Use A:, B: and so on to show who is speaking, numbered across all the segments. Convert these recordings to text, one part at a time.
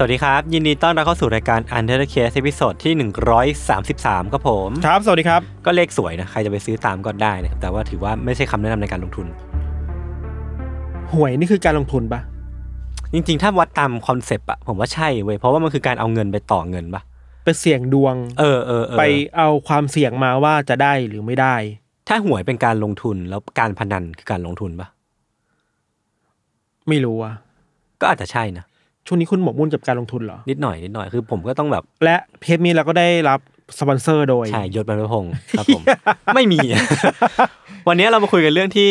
A: สวัสดีครับ ยินดีต้อนรับเข้าสู่รายการ Untitled Case ตอนที่ 133 ครับผม
B: ครับ สวัสดีครับ
A: ก็เลขสวยนะ ใครจะไปซื้อตามก็ได้นะครับแต่ว่าถือว่าไม่ใช่คำแนะนำในการลงทุน
B: หวยนี่คือการลงทุนปะ
A: จริงๆ ถ้าวัดตามคอนเซปต์อะผมว่าใช่เว้ยเพราะว่ามันคือการเอาเงินไปต่อเงินปะ
B: ไปเสี่ยงดวง
A: เออเออเออ
B: ไปเอาความเสี่ยงมาว่าจะได้หรือไม่ได้
A: ถ้าหวยเป็นการลงทุนแล้วการพนันคือการลงทุนปะ
B: ไม่รู้อะ
A: ก็อาจจะใช่นะ
B: ช่วงนี้คุณหมกมุ่นกับการลงทุนเหรอ
A: นิดหน่อยนิดหน่อยคือผมก็ต้องแบบ
B: และเทปนี้เราก็ได้รับสปอนเซอร์โดย
A: ใช่ยศบรรพพง ศ์ครับผม ไม่มี วันนี้เรามาคุยกันเรื่องที่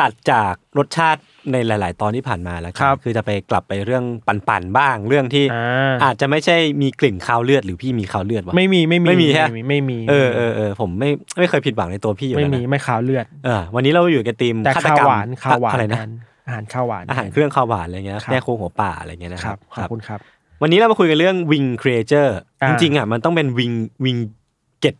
A: ตัดจากรสชาติในหลาย ๆ ตอนที่ผ่านมาแล้ว
B: ครับ
A: คือจะไปกลับไปเรื่องปันๆบ้างเรื่องที่
B: อ่า
A: อาจจะไม่ใช่มีกลิ่นคาวเลือดหรือพี่มีคาวเลือดวะ
B: ไม่มีไม่มี
A: ไม่มีฮะ
B: ไม่มี
A: เออเออเออผมไม่ไม่เคยผิดหวังในตัวพี่อยู่
B: ไม่
A: แล้ว
B: มี
A: นะ
B: ไม่ขาวเลือด
A: เออวันนี้เราอยู่กับทีม
B: แต่
A: ฆาต
B: ข้าว
A: กรรม
B: หวานข้าวหวาน
A: อะไรนะ
B: อาหารข้าวหวาน
A: อาหารเครื่องข้าวหวานอะไรเงี้ย
B: ครับ
A: แม่โคหัวป่าอะไรเงี้ยนะ
B: ค
A: ค
B: รั
A: รั
B: บบ ขอบคุณครับ
A: วันนี้เรามาคุยกันเรื่อง wing creature
B: อ่า
A: จริงๆอ่ะมันต้องเป็น wing wing get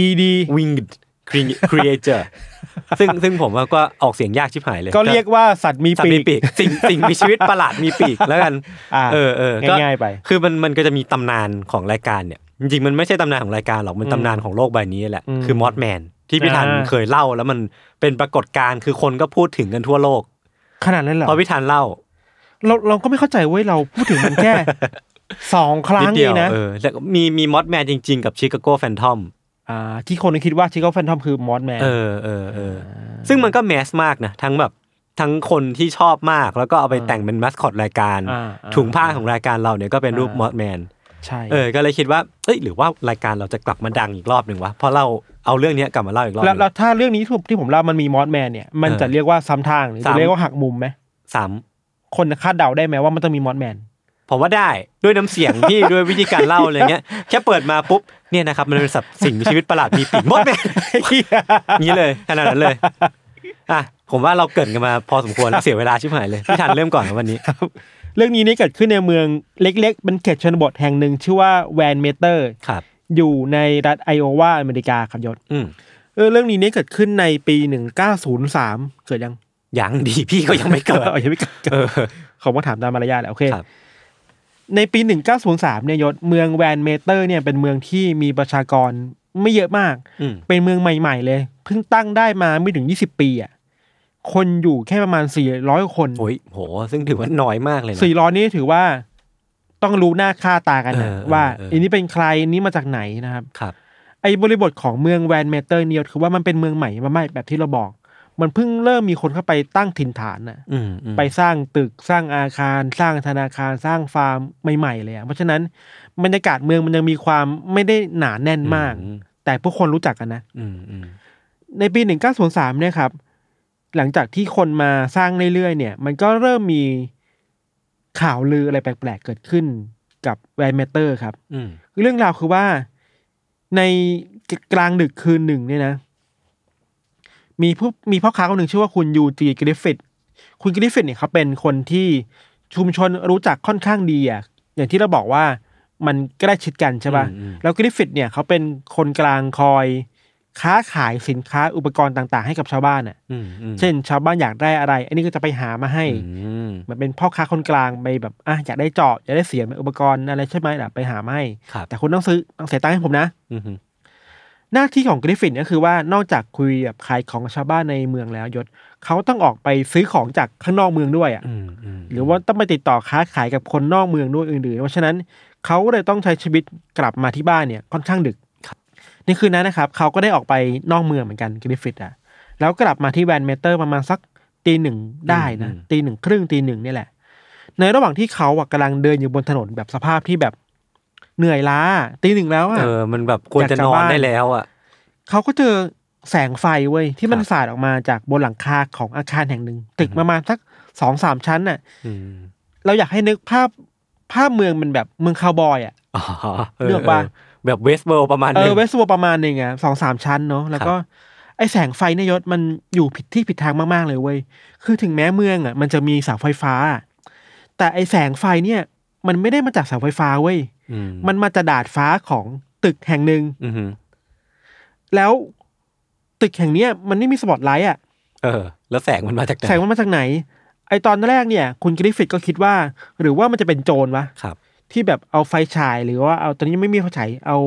B: ED
A: winged cre- creature ซึ่งซึ่งผมว่าก็ออกเสียงยากชิบหายเลย
B: ก็เรียกว่าสัตว์มี
A: สัตว์มีปี
B: ปีก
A: กสิ่งสิ่งมีชีวิตประหลาดมีปีกแล้วกัน
B: อ่า
A: เออเออก็
B: ง่ายๆไป
A: คือมันมันก็จะมีตำนานของรายการเนี่ย จริงๆ มันไม่ใช่ตำนานของรายการหรอก มันตำนานของโลกใบนี้แหละ
B: อืม
A: คือมอสแมนที่พี่
B: อ่า
A: ธันเคยเล่าแล้วมันเป็นปรากฏการณ์คือคนก็พูดถึงกันทั่วโลก
B: ขนาดนั้นเหรอ
A: เพราะพี่ธันเล่า
B: เราเราก็ไม่เข้าใจเว้ยเราพูดถึงมัน แค่ สองครั้
A: นิด
B: ง
A: เดี
B: เอ
A: ว
B: งนะ
A: เออแล้วก็มีมีมอสแมนจริง ๆ กับชิคาโกแฟนทอม
B: ่า ที่คนคิดว่าชิคก้พาแฟนทอมคือมอสแมน
A: เออเออเออ ซึ่งมันก็แมสมากนะ ทั้งแบบทั้งคนที่ชอบมาก แล้วก็เอาไปแต่งเป็นมัสคอตรายการ
B: อ่าอ่า
A: ถุงผ้าของรายการเราเนี่ยก็เป็นรูป
B: อ่าม ม
A: อสแมน
B: ใช่
A: เออก็เลยคิดว่าเอ้ยหรือว่ารายการเราจะกลับมาดังอีกรอบหนึ่งวะเพราะเราเอาเรื่องเนี้ยกลับมาเล่าอีกรอบห
B: แล้ว
A: นึ่
B: แล้ว
A: ง
B: ถ้าเรื่องนี้ที่ผมที่ผมเล่ามันมีมอสแมนเนี่ยมัน
A: เออ
B: จะเรียกว่าซ้ำทางหรือ
A: ซ้ำ
B: จะเรียกว่าหักมุมไหม
A: สาม
B: คนคาดเดาได้ไหมว่ามันต้องมีมอสแมน
A: ผมว่าได้ด้วยน้ำเสียง ที่ ด้วยวิธีการเล่าอะไรเงี้ยแค่เปิดมาปุ๊บเนี่ยนะครับมันเป็นสัตว์สิ่งมีชีวิตประหลาดมีปีกมดแมน งี้เลยขนาดนั้นเลยอ่ะผมว่าเราเกรินกันมาพอสมควรแล้วเสียเวลาชิบหายเลยพี่ทันเริ่มก่อนครับวันนี้
B: เรื่องนี้เนี่ยเกิดขึ้นในเมืองเล็กๆเป็นเขตชนบทแห่งหนึ่งชื่อว่าแวนเมเตอร์
A: ครับ
B: อยู่ในรัฐไอโอวาอเมริกาครับยศ
A: อืม
B: เออเรื่องนี้เนี่ยเกิดขึ้นในปี 1903 เกิดยัง
A: ยังดี พี่ก็ยังไม่เกิด
B: อายังไม่เกิด
A: เออ
B: เขาก็ถามตามมารยาทแหละโอเค
A: ครับ
B: ในปี 1903 เนี่ยยศเมืองแวนเมเตอร์เนี่ยเป็นเมืองที่มีประชากรไม่เยอะมาก
A: อืม
B: เป็นเมืองใหม่ๆเลย เพิ่งตั้งได้มาไม่ถึง 20 ปีอ่ะ คนอยู่แค่ประมาณ 400 คน
A: โอ้ยโห ซึ่งถือว่าน้อยมากเลยนะ
B: 400 นี่ถือว่าต้องรู้หน้าค่าตากันนะ
A: เออเออ
B: ว่า
A: เอออั
B: อันนี้เป็นใครอันนี้มาจากไหนนะครับ
A: ครับ
B: ไอ้บริบทของเมืองแวนเมเตอร์เนี่ยยศคือว่ามันเป็นเมืองใหม่มาไม่แบบที่เราบอก มันเพิ่งเริ่มมีคนเข้าไปตั้งถิ่นฐานน่ะ
A: อืมอืม
B: ไปสร้างตึกสร้างอาคาร สร้างธนาคารสร้างฟาร์มใหม่ๆเลยอะเพราะฉะนั้นบรรยากาศเมืองมันยังมีความไม่ได้หนาแน่นมาก
A: อื
B: แต่ผู้คนรู้จักกันนะ
A: อืมอืม
B: ในปี 1903เนี่ยครับ หลังจากที่คนมาสร้างเรื่อยๆเนี่ย มันก็เริ่มมีข่าวลืออะไรแปลกๆ เกิดขึ้นกับแวนเมเตอร์ครับ
A: อืม
B: เรื่องราวคือว่าในกลางดึกคืนหนึ่งเนี่ยนะ มีผู้มีพ่อค้าคนหนึ่งชื่อว่าคุณยูจีกริฟฟิตคุณกริฟฟิตเนี่ยเขาเป็นคนที่ชุมชนรู้จักค่อนข้างดีอ่ะอย่างที่เราบอกว่ามันใกล้ชิดกันใช่ปะ่ะ
A: อืม
B: แล้วกริฟฟิตเนี่ยเขาเป็นคนกลางคอย ค้าขายสินค้าอุปกรณ์ต่างๆให้กับชาวบ้านอ่ะ
A: อืมอืม
B: เช่น ชาวบ้านอยากได้อะไร อันนี้ก็จะไปหามาให้
A: อืม
B: เหมือนเป็นพ่อค้าคนกลางไปแบบอ่ะอยากได้จอบอยากได้เสียมอุปกรณ์อะไรใช่ไหมล่ะไปหามาให้
A: ครับ
B: แต่คุณต้องซื้อต้องเสียตังค์ให้ผมนะ
A: อืมอืม
B: หน้าที่ของกริฟฟินก็คือว่านอกจากคุยแบบขายของชาวบ้านในเมืองแล้วยศเขาต้องออกไปซื้อของจากข้างนอกเมืองด้วยอ่ะ
A: อืมอืม
B: หรือว่าต้องไปติดต่อค้าขายกับคนนอกเมืองด้วยอื่นๆเพราะฉะนั้นเขาเลยต้องใช้ชีวิตกลับมาที่บ้านเนี่ยค่อนข้างดึก ในคืนนั้นนะครับ เขาก็ได้ออกไปนอกเมืองเหมือนกันกริฟฟิตอะแล้วกลับมาที่แวนเมเตอร์ประมาณสักตีหนึ่งได้นะ
A: อืม
B: ตีหนึ่งครึ่งตีหนึ่งเนี่ยแหละ ในระหว่างที่เขาอะกำลังเดินอยู่บนถนนแบบสภาพที่แบบเหนื่อยล้าตีหนึ่งแล้วอะ
A: เออมันแบบควรจะนอนได้แล้วอ่ะ
B: เขาก็เจอแสงไฟเว้ยที่มัน
A: ครับ
B: สาดออกมาจากบนหลังคาของอาคารแห่งหนึ่งตึก
A: อือฮึ
B: ประมาณสักสองสามชั้นน่ะ
A: อืม
B: เราอยากให้นึกภาพภาพเมืองมันแบบเมืองคาวบอยอ่ะ
A: อ๋อเอ
B: เลื
A: อ
B: อกปะ
A: แบบเวสเบิลประมาณ
B: เอ
A: นึ
B: อง เวสต์วอลประมาณหนึ่งอ่ะสองสามชั้นเนาะแล้วก็ไอแสงไฟเนี่ยยศมันอยู่ผิดที่ผิดทางมาก ๆ เลยเว้ยคือถึงแม้เมืองอ่ะ มันจะมีเสาไฟฟ้า แต่ไอแสงไฟเนี่ย มันไม่ได้มาจากเสาไฟฟ้าเว้ย
A: อื
B: มันมาจากดาดฟ้าของตึกแห่งหนึ่ง
A: อืม
B: แล้วตึกแห่งเนี้ยมันไม่มีสปอตไลท์อ่ะ
A: เออ แล้วแสงมันมาจากไหน
B: แสงมันมาจากไหน ไอตอนแรกเนี่ย คุณกริฟฟิตก็คิดว่า หรือว่ามันจะเป็นโจรวะ
A: ครับ
B: ที่แบบเอาไฟฉายหรือว่าเอาตอนนี้ยังไม่มีไฟฉายเอา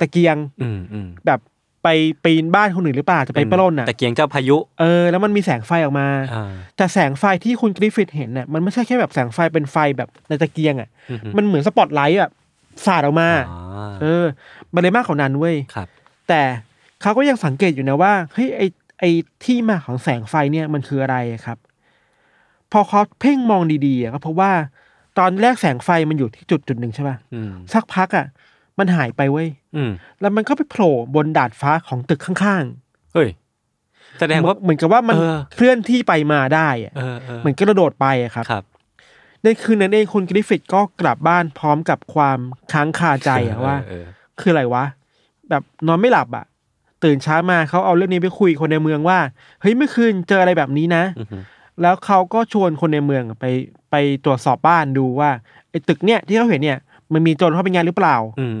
B: ตะเกียง
A: อืมอืม
B: แบบไปปีนบ้านคนอื่นหรือเปล่าจะไปปล้นอ่ะ
A: ตะเกียงเจ้าพายุ
B: เออแล้วมันมีแสงไฟออกมา
A: อ่า
B: แต่แสงไฟที่คุณกริฟฟิตเห็นน่ะมันไม่ใช่แค่แบบแสงไฟเป็นไฟแบบในตะเกียงอ่ะ
A: อือื
B: มันเหมือนสปอตไลท์แบบสาดออกมา
A: อ่า
B: เออมันเลยมากของนั้นเว้ย
A: ครับ
B: แต่เขาก็ยังสังเกตอยู่นะว่าเฮ้ยไอไอที่มาของแสงไฟเนี่ยมันคืออะไรอะครับ พอเขาเพ่งมองดีๆอะก็เพราะว่าตอนแรกแสงไฟมันอยู่ที่จุดจุดหนึ่งใช่ป่ะ
A: อืม
B: สักพักอ่ะ มันหายไปเว้ย
A: อืม
B: แล้วมันก็ไปโผล่บนดาดฟ้าของตึกข้าง
A: เฮ้ยแส
B: ๆ
A: ดงว่า
B: เหมือนกับว่ามัน
A: เออ
B: เคลื่อนที่ไปมาได้อะ
A: เออเออ
B: เหมือนกระโดดไปอะครับ
A: ครับ
B: ในคืนนั้นเองคุณกริฟฟิตก็กลับบ้านพร้อมกับความค้างคาใจอะว่า
A: เออเออ
B: คืออะไรวะ แบบนอนไม่หลับอะตื่นเช้ามาเขาเอาเรื่องนี้ไปคุยคนในเมืองว่า เฮ้ยเมื่อคืนเจออะไรแบบนี้นะ
A: อือหือ
B: แล้วเขาก็ชวนคนในเมืองไปไปตรวจสอบบ้านดูว่าไอ้ตึกเนี่ยที่เขาเห็นเนี่ย มันมีโจรเข้าไปงานหรือเปล่า
A: อืม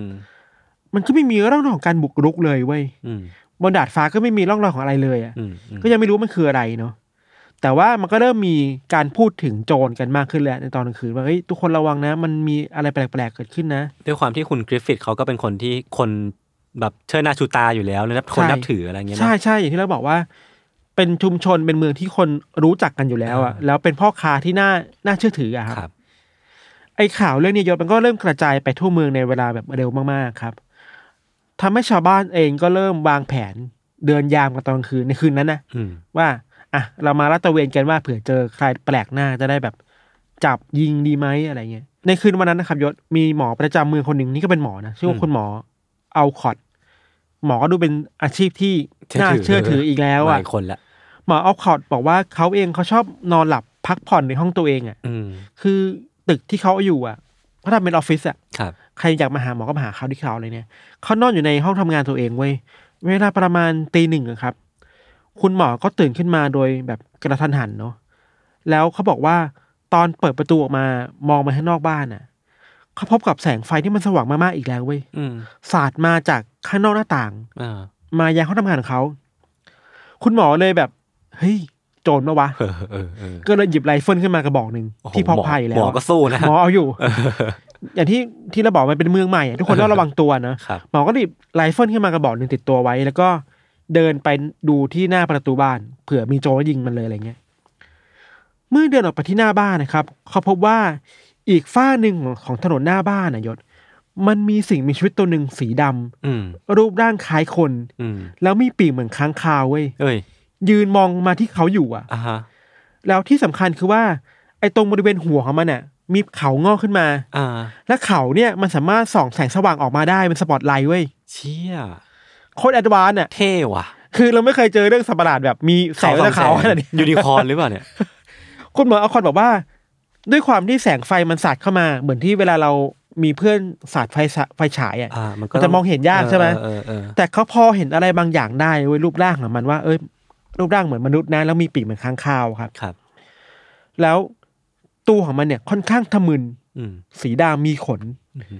B: มันก็ไม่มีร่องรอยของการบุกรุกเลยเว้ย
A: อืม
B: บนดาดฟ้าก็ไม่มีร่องรอยของอะไรเลยอะ
A: อืมอืม
B: ก็ยังไม่รู้ว่ามันคืออะไรเนาะแต่ว่ามันก็เริ่มมีการพูดถึงโจรกันมากขึ้นแหละในตอนกลางคืนว่าเฮ้ยทุกคนระวังนะ มันมีอะไรแปลกๆเกิดขึ้นนะ
A: ด้วยความที่คุณกริฟฟิตเขาก็เป็นคนที่คนแบบเชิดหน้าชูตาอยู่แล้วนะครับคน
B: ใช่
A: นับถืออะไรเงี้ยเน
B: ใช่
A: อะ
B: ใช่อย่างที่เราบอกว่า เป็นชุมชนเป็นเมืองที่คนรู้จักกันอยู่แล้วอ่ะ
A: อ่า
B: แล้วเป็นพ่อค้าที่น่าน่าเชื่อถืออะ
A: ค
B: ค
A: รับ รับ
B: ไอ้ข่าวเรื่องนี้ยศมันก็เริ่มกระจายไปทั่วเมืองในเวลาแบบเร็วมากๆครับทำให้ชาวบ้านเองก็เริ่มวางแผนเดินยามกันตอนกลางคืนในคืนนั้นนะ
A: อืม
B: ว่าอ่ะเรามาลาดตระเวนกันว่าเผื่อเจอใครแปลกหน้าจะได้แบบจับยิงดีไหมอะไรเงี้ยในคืนวันนั้นนะครับยศมีหมอประจำเมืองคนหนึ่งนี่ก็เป็นหมอนะชื่อว่าคุณหมอเอาคอดหมอก็ดูเป็นอาชีพที่น่าเชื่อถืออีกแล้ว
A: ห
B: อ่ะ
A: ลายคนละ
B: หมอออฟคอร์ดบอกว่าเขาเองเขาชอบนอนหลับพักผ่อนในห้องตัวเองอะ่ะ
A: อืม
B: คือตึกที่เขาอยู่อะ่ะเขาทำเป็นออฟฟิศอ่ะ
A: ครับ
B: ใครอยากมาหาหมอก็มาหาเขาที่เขาเลยเนี่ยเขานอนอยู่ในห้องทำงานตัวเองเว้ยเวลาประมาณตีหนึ่งอะครับ คุณหมอก็ตื่นขึ้นมาโดยแบบกระทันหันเนาะแล้วเขาบอกว่าตอนเปิดประตูออกมามองไปข้างนอกบ้านอ่ะเขาพบกับแสงไฟที่มันสว่างมากๆอีกแล้วเว้ย
A: อืม
B: สาดมาจากข้างนอกหน้าต่าง
A: อ่า
B: มายังห้องทำงานของเขาคุณหมอเลยแบบเฮ้ยโจรมาวะ
A: เออเออเออ
B: ก็เลยหยิบไรเฟิลขึ้นมากระบอกหนึ่ง
A: โโห
B: ที่พกพาอยู่แล้ว
A: หมอก็สู้นะ
B: หมอเอา อยู่
A: เออ
B: อย่างที่ที่เราบอกมันเป็นเมืองใหม่อะทุกคน
A: เออ
B: ต้องระวังตัวนะครับ หมอก็หยิบไรเฟิลขึ้นมากระบอกหนึ่งติดตัวไว้ แล้วก็เดินไปดูที่หน้าประตูบ้าน เผื่อมีโจรยิงมันเลยอะไรเงี้ยเมื่อเดินออกไปที่หน้าบ้านนะครับ เขาพบว่าอีกฝ้าหนึ่งของของถนนหน้าบ้านนะยศ มันมีสิ่งมีชีวิตตัวหนึ่งสีดำ
A: อืม
B: รูปร่างคล้ายคน
A: อืม
B: แล้วมีปีกเหมือนค้างคาวเว้ย
A: เอ้ย
B: ยืนมองมาที่เขาอยู่อะ
A: อ่าฮะ
B: แล้วที่สำคัญคือว่า ไอ้ตรงบริเวณหัวของมันน่ะ มีเขางอกขึ้นมา
A: อ่า
B: และเขาเนี่ยมันสามารถส่องแสงสว่างออกมาได้เป็นสปอตไลท์เว้ย
A: เชี่ย
B: โคตรแอดวานซ์อ่ะ
A: เท่ว่ะ
B: คือเราไม่เคยเจอเรื่องสัตว์ประหลาดแบบมีแสงจากเขาขนาดนี้
A: ยูนิคอร์นหรือเปล่าเนี่ย
B: คุณหมอเอาคอนบอกว่า ด้วยความที่แสงไฟมันสาดเข้ามา เหมือนที่เวลาเรามีเพื่อนสาดไฟสะไฟฉายอ่ะ
A: อ่า มันก็
B: มันจะมองเห็นยากใช่ไหม
A: เออเออเออ
B: แต่เขาพอเห็นอะไรบางอย่างได้เว้ยรูปร่างของมันว่าเอ้ยรูปร่างเหมือนมนุษย์นะแล้วมีปีกเหมือนค้างคาวครับ
A: ครับ
B: แล้วตัวของมันเนี่ยค่อนข้างทะมึน
A: อืม
B: สีดามีขน
A: อือฮึ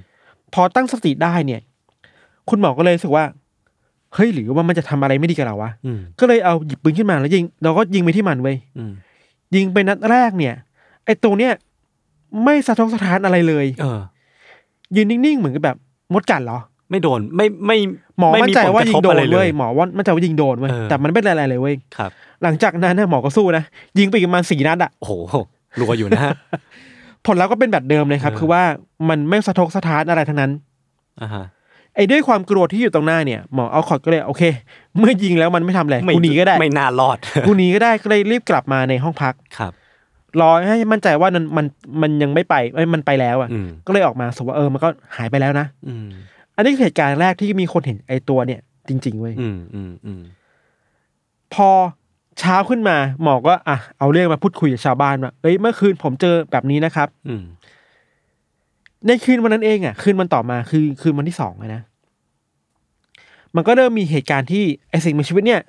B: พอตั้งสติได้เนี่ย คุณหมอก็เลยรู้สึกว่า เฮ้ยหรือว่ามันจะทำอะไรไม่ดีกับเราวะ
A: อืม
B: ก็เลยเอาหยิบปืนขึ้นมาแล้วยิง เราก็ยิงไปที่มันเว้ย
A: อืม
B: ยิงไปนัดแรกเนี่ย ไอ้ตัวเนี่ยไม่สะทกสะท้านอะไรเลย
A: เออ
B: ยืนนิ่งๆ เหมือนกับแบบมดกัดเหรอ
A: ไม่โดนไม่ไม่
B: หมอมั่นใจ
A: ไผล
B: ว่ายิ
A: กระท
B: ง
A: บ
B: โด
A: อะ
B: น
A: ไรเล
B: เว้ยหมอว่ามั่นใจว่ายิงโดนเว้ย
A: เออ
B: แต่มันไม่เป็นอะไรเลยเว้ย
A: ครับ
B: หลังจากนั้นนะหมอก็สู้นะยิงไปอีกประมาณสี่นัดอะ
A: โอ้โหรัวอยู่ นะ
B: ผลลัพธ์ก็เป็นแบบเดิมเลยครับ
A: เออ
B: คือว่ามันไม่สะทกสะท้านอะไรทั้งนั้น
A: อ่าฮะ
B: ไอ้ด้วยความกลัวที่อยู่ตรงหน้าเนี่ยหมอเอาคอร์ดก็เลยโอเค เมื่อยิงแล้วมันไม่ทำอะไร
A: ไม่
B: กูหนีก็ได้
A: ไม่น่ารอด
B: กูหนีก็ได้ก็เลยรีบกลับมาในห้องพัก
A: ครับ
B: รอให้มั่นใจว่ามันมันมันยังไม่ไปเอ้ยมันไปแล้วอ่ะ
A: อืม
B: ก็เลยออกมาสมว่าเออมันก็หายไปแล้วนะ
A: อืม
B: อันนี้คือเหตุการณ์แรกที่มีคนเห็นไอ้ตัวเนี่ย จริงๆเว้ย
A: อืมอืมอืม
B: พอเช้าขึ้นมาหมอก็อ่ะเอาเรื่องมาพูดคุยกับชาวบ้านว่าเอ้ยเมื่อคืนผมเจอแบบนี้นะครับ
A: อืม
B: ในคืนวันนั้นเองอ่ะคืนวันต่อมาคือคืนวันที่สองอะนะ มันก็เริ่มมีเหตุการณ์ที่ไอสิ่งมีชีวิตเนี่ย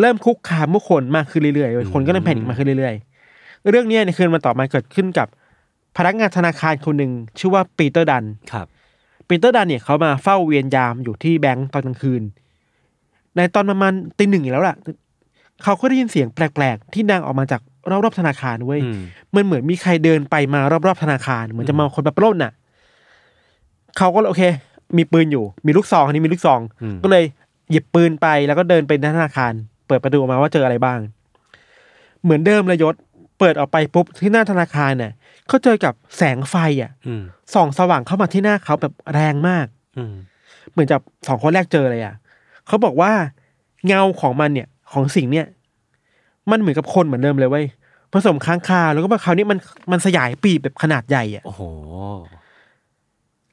B: เริ่มคุกคามผู้คนมากขึ้นเรื่อยๆเว้ยคนก็เริ่มแพนิคมากขึ้นเรื่อยๆ เรื่องเนี้ยในคืนวันต่อมาเกิดขึ้นกับพนักงานธนาคารคนหนึ่งชื่อว่าปีเตอร์ดัน
A: ครับ
B: ปีเตอร์ดันเนี่ยเขามาเฝ้าเวียนยามอยู่ที่แบงก์ตอนกลางคืน ในตอนประมาณตีหนึ่งอีกแล้วล่ะ เขาก็ได้ยินเสียงแปลกๆ ที่ดังออกมาจากรอบๆธนาคารเว้ย
A: อืม
B: มันเหมือนมีใครเดินไปมารอบๆธนาคารเหมือนจะมาคนมาปล้นน่ะ เขาก็เลยโอเค มีปืนอยู่ มีลูกซองอันนี้มีลูกซอง
A: อืม
B: ก็เลยหยิบปืนไปแล้วก็เดินไปหน้าธนาคาร เปิดประตูออกมาว่าเจออะไรบ้าง เหมือนเดิมเลยยศ เปิดออกไปปุ๊บที่หน้าธนาคารเนี่ยเขาเจอกับแสงไฟอ่ะ
A: อืม
B: ส่องสว่างเข้ามาที่หน้าเขาแบบแรงมาก
A: อืม
B: เหมือนจากสองคนแรกเจอเลยอ่ะเขาบอกว่าเงาของมันเนี่ยของสิ่งเนี่ย มันเหมือนกับคนเหมือนเดิมเลยเว้ยผสมค้างคาวแล้วก็มาคราวนี้มันมันสยายปีกแบบขนาดใหญ่อ่ะ
A: โอ้โห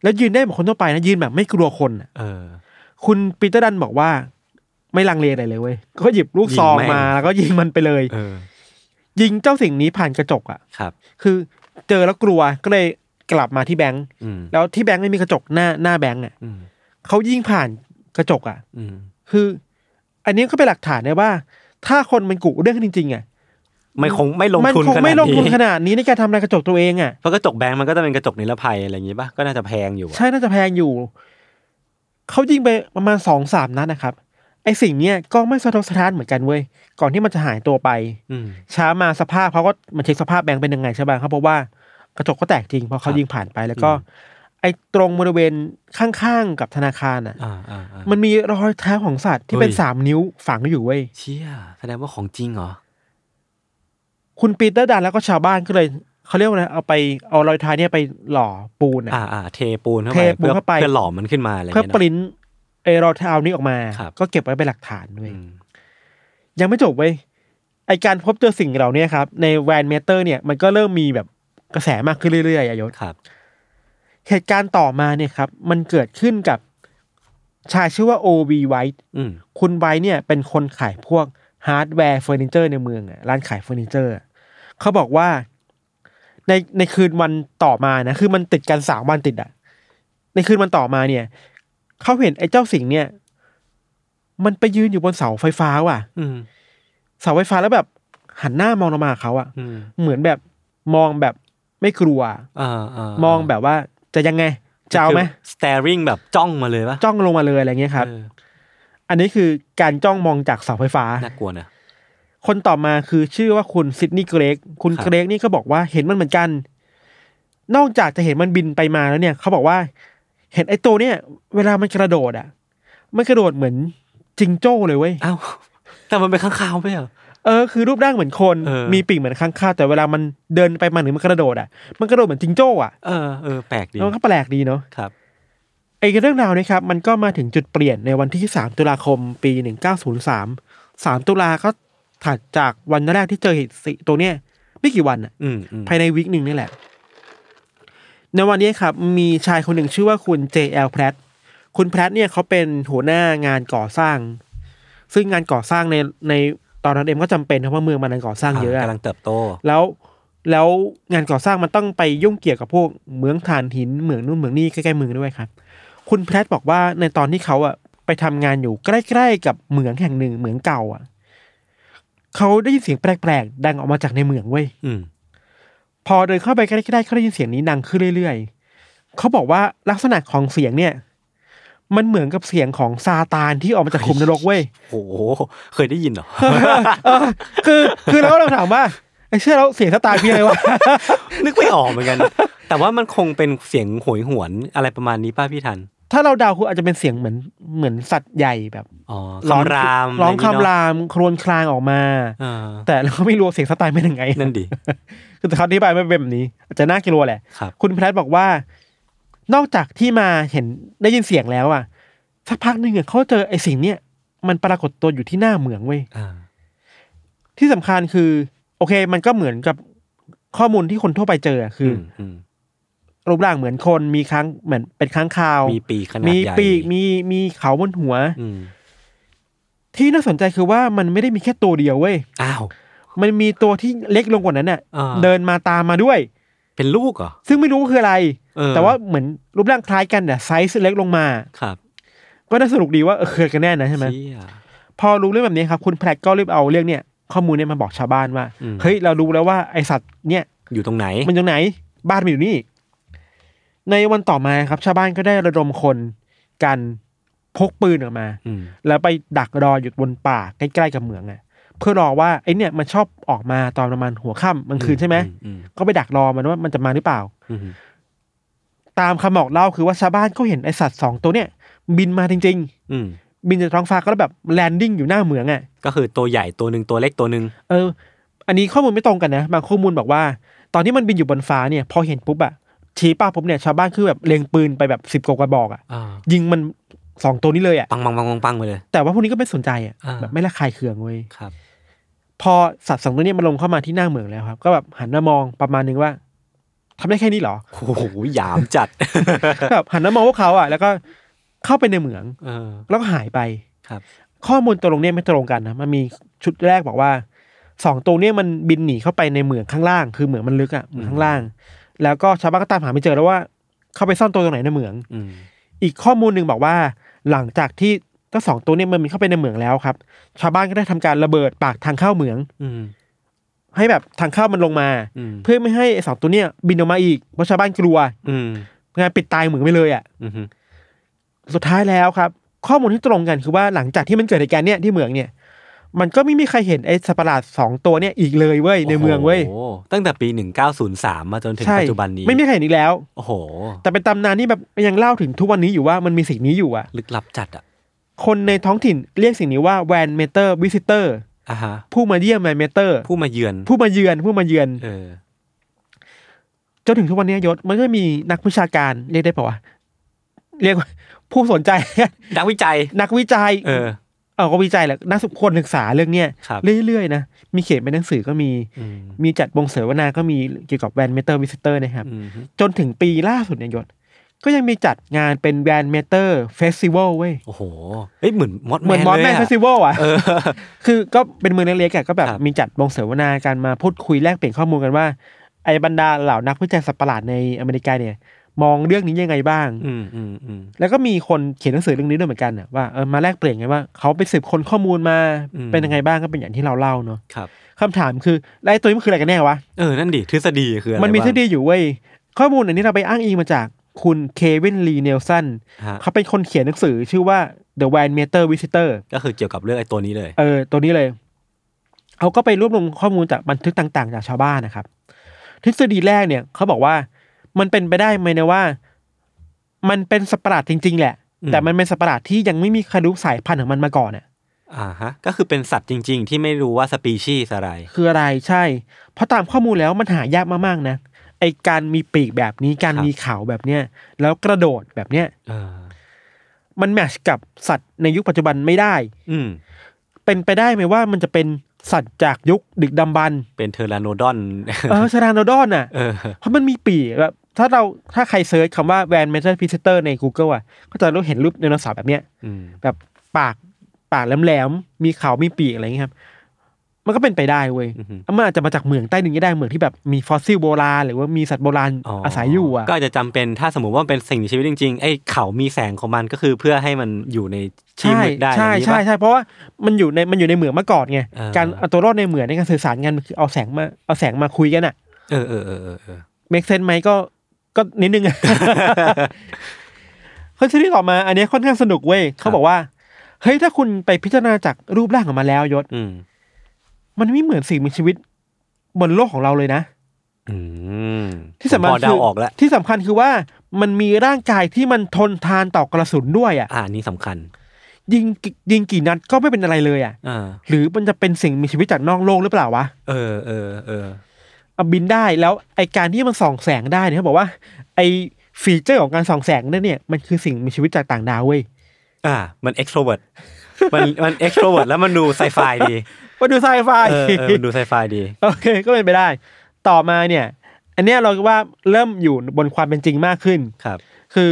B: แล้วยืนได้เหมือนคนทั่วไปนะยืนแบบไม่กลัวคนอะ
A: เออ
B: คุณปีเตอร์ดันบอกว่า ไม่ลังเลอะไรเลยเว้ยก็หยิบลูกซอง
A: ยิงแม่ง
B: มาแล้วก็ยิงมันไปเลย
A: เออ
B: ยิงเจ้าสิ่งนี้ผ่านกระจกอ่ะ
A: ครับ
B: คือเจอแล้วกลัวก็เลยกลับมาที่แบงค์
A: อืม
B: แล้วที่แบงค์ไม่มีกระจกหน้าหน้าแบงค์อ่ะ
A: อืม
B: เขายิงผ่านกระจกอ่ะ
A: อืม
B: คือ อันนี้ก็เป็นหลักฐานนะว่า ถ้าคนมันกุเรื่องขึ้นจริงๆอ่ะ
A: ไม่คงไม่ลง
B: มั
A: ทุน
B: คง
A: ขนาด
B: ไม่ลงทุน
A: นี้
B: ขนาดนี้ในการทำลายกระจกตัวเองอ่ะ
A: เพราะกระจกแบงก์มันก็จะเป็นกระจกนิรภัยอะไรอย่างงี้ป่ะก็น่าจะแพงอยู่อะ
B: ใช่น่าจะแพงอยู่ เขายิงไปประมาณสองสามนัดนะครับ ไอสิ่งเนี้ยก็ไม่สะทกสะท้านเหมือนกันเว้ยก่อนที่มันจะหายตัวไป
A: อืม
B: ช้ามาสภาพเขาก็มาเช็คสภาพแบงค์เป็นยังไงใช่ไหมเขาพบว่ากระจกก็แตกจริงเพราะเขา
A: ครับ
B: ยิงผ่านไปแล้วก็ ไอตรงบริเวณข้างๆกับธนาคารอ่ะ
A: อ่าอ่าอ่า
B: มันมีรอยเท้าของสัตว์ที่เป็น
A: เฮ้ย
B: สามนิ้วฝังอยู่เว้ย
A: เชี่ยแสดงว่าของจริงเหรอ
B: คุณปีเตอร์ดันแล้วก็ชาวบ้านก็เลยเขาเรียกว่าอะไรเอาไปเอารอยเท้าเนี่ยไปหล่อปูนอะ
A: อ่าอ่าเทปูนเข้า
B: เท
A: ไป
B: ปูนเข้าไป
A: เพื่อหล่อมันขึ้นมาอะไร
B: เพื่อ
A: เงี้ย
B: ป
A: นะ
B: ริ้นไอรอยเท้านี้ออกมา
A: ครับ
B: ก็เก็บไว้เป็นหลักฐานเว้
A: อื
B: ย
A: ม
B: ยังไม่จบเว้ยไอการพบเจอสิ่งเหล่านี้ครับ ในแวนเมเตอร์เนี่ยมันก็เริ่มมีแบบกระแสมากขึ้นเรื่อยๆอะยศ
A: ครับ
B: เหตุการณ์ต่อมาเนี่ยครับ มันเกิดขึ้นกับชายชื่อว่าโอวีไวท์
A: อืม
B: คุณไวท์เนี่ยเป็นคนขายพวกฮาร์ดแวร์เฟอร์นิเจอร์ในเมืองอะร้านขายเฟอร์นิเจอร์อะเขาบอกว่า ในในคืนวันต่อมานะคือมันติดกันสามวันติดอะในคืนวันต่อมาเนี่ยเขาเห็นไอ้เจ้าสิ่งเนี่ย มันไปยืนอยู่บนเสาไฟฟ้าว่ะ
A: อืม
B: เสาไฟฟ้าแล้วแบบหันหน้ามองลงมาหาเขาอะ
A: อืม
B: เหมือนแบบมองแบบไม่กลัว
A: อ่าอ่าม
B: องแบบว่าจะยังไงจะเอาไหม
A: คือ staring แบบจ้องมาเลยป่ะ
B: จ้องลงมาเลยอะไรเงี้ยครับ
A: เออ
B: อันนี้คือการจ้องมองจากเสาไฟฟ้า
A: น่ากลัวนะ
B: คนต่อมาคือชื่อว่าคุณซิดนีย์เกรก คุณ
A: ครับ
B: เกรกนี่ก็บอกว่าเห็นมันเหมือนกัน นอกจากจะเห็นมันบินไปมาแล้วเนี่ย เขาบอกว่า เห็นไอ้ตัวเนี่ย เวลามันกระโดดอ่ะ มันกระโดดเหมือนจิงโจ้เลยเว้ย
A: อ้าว แต่มันเป็นข้างคาวไม่เหรอ
B: เออคือรูปร่างเหมือนคน
A: เออ
B: มีปีกเหมือนข้างข้าวแต่เวลามันเดินไปมาหรือมันกระโดดอ่ะ มันกระโดดเหมือนจิงโจ้อ่ะ
A: เออเออแปลกดี
B: มันก็แปลกดีเนาะ
A: ครับ
B: ไอ้เรื่องราวเนะครับ มันก็มาถึงจุดเปลี่ยนในวันที่ 3 ตุลาคมปี 1903 3 ตุลาก็ถัดจากวันแรกที่เจอเหตุสิตัวเนี้ยไม่กี่วันอ่ะ
A: อืมอืม
B: ภายในวิกหนึ่งนี่แหละ ในวันนี้ครับ มีชายคนหนึ่งชื่อว่าคุณ JL Pratt คุณแพร t เนี่ยเขาเป็นหัวหน้างานก่อสร้าง ซึ่งงานก่อสร้างในในตอนนั้นเองก็จำเป็นเพราะว่าเมืองมันก่อสร้างเยอะอะ
A: กำลังเติบโต
B: แล้วแล้วงานก่อสร้างมันต้องไปยุ่งเกี่ยวกับพวกเหมืองถ่านหินเหมืองนู่นเหมืองนี่ใกล้ๆเมืองด้วยครับ คุณแพทบอกว่าในตอนที่เขาอะไปทำงานอยู่ใกล้ๆกับเหมืองแห่งหนึ่งเหมืองเก่าอะเขาได้ยินเสียงแปลกๆดังออกมาจากในเหมืองเว้ย
A: อืม
B: พอเดินเข้าไปใกล้ๆเขาได้ยินเสียงนี้ดังขึ้นเรื่อยๆเขาบอกว่าลักษณะของเสียงเนี่ย มันเหมือนกับเสียงของซาตานที่ออกมาจากขุมนรก เว้ย
A: โอ้โหเคยได้ยินเหรอ
B: คือคือแล้วเราถามว่าไอ้เชื่อแล้วเสียงซาตานเป็นไงวะ
A: นึกไม่ออกเหมือนกัน แต่ว่ามันคงเป็นเสียงโหยหวนอะไรประมาณนี้ป้าพี่ทัน
B: ถ้าเราเดาคืออาจจะเป็นเสียงเหมือนเหมือนสัตว์ใหญ่แบบ
A: อ๋อ
B: ร้อง
A: คำราม
B: ร้องคำ
A: ม
B: รามโครวญครางออกมา
A: แต่
B: แต่เราก็ไม่รู้ว่าเสียงสไตล์เป็นยังไง
A: นั่นดิ
B: คือเขาอธิบายไม่เป็นแบบนี้ อาจจะน่ากลัวแหละ
A: ครับ
B: คุณแพทบอกว่า นอกจากที่มาเห็นได้ยินเสียงแล้วอ่ะ สักพักหนึ่งอะเขาเจอไอ้สิ่งเนี้ยมันปรากฏตัวอยู่ที่หน้าเหมืองเว้ย
A: อ่า
B: ที่สำคัญคือ โอเค มันก็เหมือนกับข้อมูลที่คนทั่วไปเจออะคืออ
A: ม
B: รูปร่างเหมือนคนมีค้างเหมือนเป็นค้างคาว
A: อืมมีปีกขนาด
B: มี
A: ใหญ่
B: ปีกมีมีเขาบนหัว
A: อืม
B: ที่น่าสนใจคือว่ามันไม่ได้มีแค่ตัวเดียวเว้ย
A: อ้าว
B: มันมีตัวที่เล็กลงกว่านั้นน่ะ
A: อ่า
B: เดินมาตามมาด้วย
A: เป็นลูกเหรอ
B: ซึ่งไม่รู้ว่าคืออะไร
A: เออ
B: แต่ว่าเหมือนรูปร่างคล้ายกันแต่ไซส์เล็กลงมา
A: ครับ
B: ก็น่าสนุกดีว่าเออคือกันแน่นะใช่ไหม
A: เชี่ย
B: พอรู้เรื่องแบบนี้ครับคุณแพลกก็รีบเอาเรื่องเนี่ยข้อมูลเนี่ยมาบอกชาวบ้านว่า
A: อืม
B: เฮ้ยเรารู้แล้วว่าไอสัตว์เนี่ย
A: อยู่ตรงไหน
B: มันอยู่ไหน บ้านมันอยู่นี่ ในวันต่อมาครับ ชาวบ้านก็ได้ระดมคนกันพกปืนออกมา
A: อืม
B: แล้วไปดักรออยู่บนป่าใกล้ๆกับเหมืองอะเพื่อรอว่าไอเนี่ยมันชอบออกมาตอนประมาณหัวค่ำกลางคืนใช่ไหม
A: อืม
B: ก็ไปดักรอมันว่ามันจะมาหรือเปล่า
A: อืมอืม
B: ตามคำบอกเล่าคือว่าชาวบ้านก็เห็นไอสัตว์สองตัวเนี่ย บินมาจริง
A: อืม
B: ๆ บินจากท้องฟ้าก็แบบแลนดิ้งอยู่หน้าเหมืองอะ
A: ก็คือตัวใหญ่ตัวหนึ่งตัวเล็กตัวหนึ่ง
B: เออ อันนี้ข้อมูลไม่ตรงกันนะ บางข้อมูลบอกว่า ตอนที่มันบินอยู่บนฟ้าเนี่ย พอเห็นปุ๊บอะชี้ป้าปุ๊บเนี่ยชาวบ้านคือแบบเล็งปืนไปแบบสิบ10กว่ากระบอกอะ
A: อ่า
B: ยิงมันสองตัวนี้เลยอะ
A: ปังปังปังปังปังไปเลย
B: แต่ว่าพวกนี้ก็ไม่สนใจอะ
A: อ่า
B: แบบไม่ละคายเคืองเว้ย
A: ครับ
B: พอสัตว์สองตัวเนี้มันลงเข้ามาที่หน้าเหมืองแล้วครับ ก็แบบหันมามองประมาณนึงว่าทำได้แค่นี้เหรอ
A: โอ้โหหยามจัด
B: แบบหันมามองพวกเขาอะแล้วก็เข้าไปในเหมือง
A: เออ
B: แล้วก็หายไป
A: ครับ
B: ข้อมูลตกลงเนี่ยไม่ตรงกันนะ มันมีชุดแรกบอกว่าสองตัวเนี่ยมันบินหนีเข้าไปในเหมืองข้างล่าง คือเหมืองมันลึกอะเหมืองข้างล่าง แล้วก็ชาวบ้านก็ตามหาไม่เจอแล้วว่าเข้าไปซ่อนตัวตรงไหนในเหมือง
A: อืม
B: อีกข้อมูลหนึ่งบอกว่า หลังจากที่ทั้งสองตัวเนี่ยมันบินเข้าไปในเหมืองแล้วครับ ชาวบ้านก็ได้ทำการระเบิดปากทางเข้าเหมือง
A: อืม
B: ให้แบบทางเข้ามันลงมา
A: อืม
B: เพื่อไม่ให้ไอ้สองตัวเนี่ยบินออกมาอีกเพราะชาวบ้านกลัว
A: อืม
B: งานปิดตายเหมืองไปเลยอะ
A: อืม
B: สุดท้ายแล้วครับ ข้อมูลที่ตรงกันคือว่าหลังจากที่มันเกิดเหตุการณ์เนี่ยที่เมืองเนี่ย มันก็ไม่มีใครเห็นไอ้สัตว์ประหลาดสองตัวเนี่ยอีกเลยเว้ยในเมืองเว้ย
A: โโหตั้งแต่ปี 1903 มาจนถึง
B: ใช่
A: ปัจจุบันนี้
B: ไม่มีใครเห็นอีกแล้ว
A: โอ้โห
B: แต่เป็นตำนานที่แบบยังเล่าถึงทุกวันนี้อยู่ว่ามันมีสิ่งนี้อยู่อ่ะ
A: ลึกลับจัดอ่ะ
B: คนในท้องถิ่นเรียกสิ่งนี้ว่าแวนเมเตอร์วิซิเตอร์
A: อ่ะฮะ
B: ผู้มาเยี่ยมแวนเมเตอร์
A: ผู้มาเยือน
B: ผู้มาเยือนผู้มาเยือน
A: เออ
B: จนถึงทุกวันนี้ยศมันก็มีนักวิชาการเรียกได้ป่าวะเรียกว่าผู้สนใจ
A: นักวิจัย
B: นักวิจัย
A: เออ
B: เออก็วิจัยแหละนักสุขคนศึกษาเรื่องเนี้ย
A: ครับ
B: เรื่อยๆนะมีเขียนเป็นหนังสือก็มี
A: อืม
B: มีจัดวงเสวนาก็มีเกี่ยวกับแวนเมเตอร์วิสเตอร์นะครับ
A: อืม
B: จนถึงปีล่าสุดเนี่ยยศ ก็ยังมีจัดงานเป็นแวนเมเตอร์เฟสติวัลเว้ย
A: โอ้โหเอ้ยเหมือนมอด
B: เหมือนมอสแมนเฟสติวัลอ่ะ
A: เออ
B: คือก็เป็นเมืองเล็กๆอะก็แบบ
A: ครับ
B: มีจัดวงเสวนาการมาพูดคุยแลกเปลี่ยนข้อมูลกันว่า ไอ้บรรดาเหล่านักวิจัยสัตว์ประหลาดในอเมริกาเนี่ย มองเรื่องนี้ยังไงบ้าง
A: อืมอืมอืม
B: แล้วก็มีคนเขียนหนังสือเรื่องนี้ด้วยเหมือนกันอะว่าเออมาแลกเปลี่ยนไงว่าเขาไปสืบค้นข้อมูลมา
A: อืม
B: เป็นยังไงบ้างก็เป็นอย่างที่เราเล่าเนาะ
A: ครับ
B: คำถามคือแล้วไอ้ตัวนี้มันคืออะไรกันแน่วะ
A: เออ นั่นดิ ทฤษฎีคืออะไร
B: มันมีทฤษ
A: บ้
B: ฎีอยู่เว้ยข้อมูลอันนี้เราไปอ้างอิงมาจากคุณเควินลีเนลสัน
A: างฮะ
B: เขาเป็นคนเขียนหนังสือชื่อว่า The Van Meter Visitor
A: ก็คือเกี่ยวกับเรื่องไอ้ตัวนี้เลย
B: เออตัวนี้เลยเขาก็ไปรวบรวมข้อมูลจากบันทึกต่างๆ จากชาวบ้านนะครับ ทฤษฎีแรกเนี่ยเขาบอกว่ามันเป็นไปได้ไหมนะว่า มันเป็นสัตว์ประหลาดจริง ๆ แหละ
A: อืม
B: แต่มันเป็นสัตว์ประหลาดที่ยังไม่มีใครรู้สายพันธุ์ของมันมาก่อนอ่ะ
A: อ่าฮะ ก็คือเป็นสัตว์จริง ๆ ที่ไม่รู้ว่าสปีชีส์อะไร
B: คืออะไรใช่ เพราะตามข้อมูลแล้วมันหายากมากๆนะไอการมีปีกแบบนี้การ
A: ครับ
B: มีเขาแบบเนี้ยแล้วกระโดดแบบเนี้ย
A: เออ
B: มันแมทช์กับสัตว์ในยุคปัจจุบันไม่ได้
A: อืม
B: เป็นไปได้ไหมว่ามันจะเป็นสัตว์จากยุคดึกดำบรรพ์
A: เป็นเทอร์ราโนดอน
B: เออชาราโนดอนน่ะ
A: เออ
B: เพราะมันมีปีกแบบถ้าเราถ้าใครเซิร์ชคำว่าแวนเมทัลพิเซเตอร์ใน Google อ่ะ ก็จะรู้เห็นรูปไดโนเสาร์แบบเนี้ย
A: อืม
B: แบบปากปากแหลมๆ มีเขามีปีกอะไรอย่างเงี้ยครับ มันก็เป็นไปได้เว้ย
A: อือฮึ
B: มันอาจจะมาจากเหมืองใต้ดินก็ได้เหมืองที่แบบมีฟอสซิลโบราณหรือว่ามีสัตว์โบราณอาศัยอยู่อ่ะ
A: ก็อาจจะจำเป็นถ้าสมมติว่ามันเป็นสิ่งมีชีวิตจริงๆไอ้เขามีแสงของมันก็คือเพื่อให้มันอยู่ในที่
B: ใช่
A: มืดได้
B: ใช่
A: อย่างนี้
B: ใช่
A: ปะ
B: ใช่เพราะว่ามันอยู่ในมันอยู่ในเหมืองมาก่อนไง
A: อ่า
B: การเอาตัวรอดในเหมืองในการสื่อสารกันมันคือเอาแสงมาเอาแสงมาคุยกันอะ
A: เออเออเออเออเออ
B: เมคเซนไหมก็ก็นิดนึงอะ ข้อที่ต่อมา อันเนี้ยค่อนข้างสนุกเว้ยเขาบอกว่าเฮ้ยถ้าคุณไปพิจารณาจากรูปร่างของมันแล้วยศ
A: อืม
B: มันไม่เหมือนสิ่งมีชีวิตบนโลกของเราเลยนะ
A: อืม
B: ที่สำคัญ
A: ผมพอเดา
B: คือ
A: ออกแล้ว
B: ที่สำคัญคือว่ามันมีร่างกายที่มันทนทานต่อกระสุนด้วยอ่ะ
A: อ่าอันนี้สำคัญ
B: ยิงกี่ยิงกี่นัดก็ไม่เป็นอะไรเลยอ่ะ
A: อ่า
B: หรือมันจะเป็นสิ่งมีชีวิตจากนอกโลกหรือเปล่าวะ
A: เออเออเออ
B: เอาบินได้แล้วไอการที่มันส่องแสงได้เนี่ยเขาบอกว่าไอฟีเจอร์ของการส่องแสงนั่นเนี่ยมันคือสิ่งมีชีวิตจากต่างดาวเว้ย
A: อ่า มัน extrovert มันมัน extrovert แล้วมันดูไซไฟดี
B: ว่าดูไซไฟ
A: เออเออมันดูไซไฟดี
B: โอเคก็เป็นไปได้ ต่อมาเนี่ย อันเนี้ยเราว่าเริ่มอยู่บนความเป็นจริงมากขึ้น
A: ครับ
B: คือ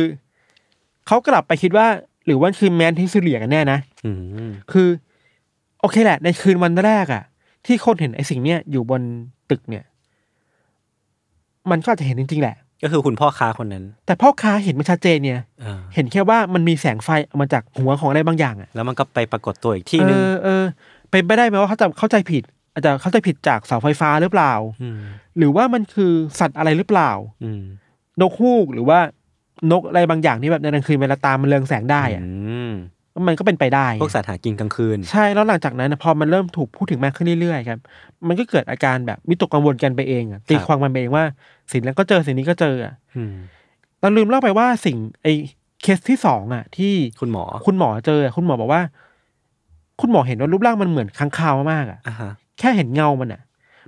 B: เขากลับไปคิดว่า หรือว่าคือแมนที่ซิเลียกันแน่นะ
A: อืม
B: คือ โอเคแหละ ในคืนวันแรกอะที่คนเห็นไอ้สิ่งเนี้ยอยู่บนตึกเนี่ย มันก็อาจจะเห็นจริงๆแหละ
A: ก็คือคุณพ่อค้าคนนั้น
B: แต่พ่อค้าเห็นไม่ชัดเจนเนี่ย
A: อ่า
B: เห็นแค่ว่ามันมีแสงไฟออกมาจากหัวของอะไรบางอย่างอะ
A: แล้วมันก็ไปปรากฏตัวอีกที่หนึ่ง
B: เออเออเป็นไปได้ไหมว่าเขาจะเข้าใจผิด อาจจะเข้าใจผิดจากเสาไฟฟ้าหรือเปล่า
A: ม
B: หรือว่ามันคือสัตว์อะไรหรือเปล่า
A: อืม
B: นกฮูกหรือว่านกอะไรบางอย่างที่แบบในกลางคืนเวลาตามมันเรืองแสงได้อะ
A: ม
B: มันก็เป็นไปได้
A: พวกสัตว์หากินกลางคืน
B: ใช่แล้วหลังจากนั้นนะพอมันเริ่มถูกพูดถึงมากขึ้นเรื่อยๆครับมันก็เกิดอาการแบบวิตกกังวลกันไปเองอะตี
A: ครับ
B: ความมันไปเองว่าสิ่งนั้นก็เจอสิ่งนี้ก็เจออะ
A: อืม
B: เราลืมเล่าไปว่าสิ่งไอ้เคสที่สองอะที่
A: คุณหมอ
B: คุณหมอเจออะคุณหมอบอกว่า คุณหมอเห็นว่ารูปร่างมันเหมือนค้างคาวมากๆอะ
A: อ่าฮะ
B: แค่เห็นเงามันอ่ะ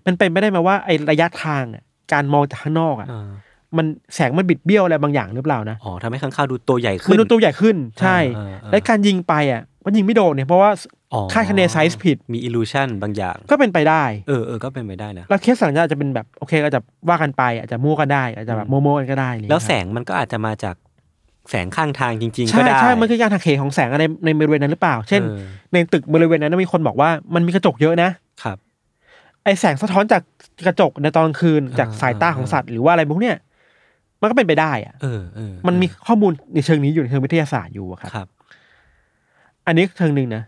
B: มันเป็นไม่ได้ไหมว่าไอระยะทางอ่ะ การมองจากข้างนอกอ่ะ
A: อ่า
B: มันแสงมันบิดเบี้ยวอะไรบางอย่างหรือเปล่านะ
A: อ๋อทำให้ข้างข้าวดูตัวใหญ่ขึ้
B: มัน
A: น
B: ดูตัวใหญ่ขึ้น ใช่
A: อ่าอ่าอ่า
B: และการยิงไปอ่ะ มันยิงไม่โดนเนี่ยเพราะว่า
A: อ๋อ
B: คาดคะเนไซส์ผิด
A: มี illusion บางอย่าง
B: ก็เป็นไปได้
A: เออเออก็เป็นไปได้นะ
B: แล้วเคสสัญญาอาจจะเป็นแบบโอเคอาจจะว่ากันไปอาจจะมั่วกันได้อาจจะแบบโมโมกันก็ได้อะไรอย่าง
A: แล้ว
B: เงี้ย
A: แสงมันก็อาจจะมาจากแสงข้างทางจริง ๆ ก็
B: ใช่
A: ได้
B: ใช่ มันคือการหักเหของแสงอะไรในบริเวณนั้นหรือเปล่า เช่น
A: ออ
B: ในตึกบริเวณนั้นมีคนบอกว่ามันมีกระจกเยอะนะ
A: ครับ
B: ไอแสงสะท้อนจากกระจกในตอนกลางคืนจาก
A: อ่า
B: สายตาของสัตว์หรือว่าอะไรพวกเนี้ยมันก็เป็นไปได้อ่ะ
A: เออเออ
B: มันมีข้อมูลในเชิงนี้อยู่ในเชิงวิทยาศาสตร์อยู่อะครับ
A: ครับ
B: อันนี้เชิงหนึ่งนะ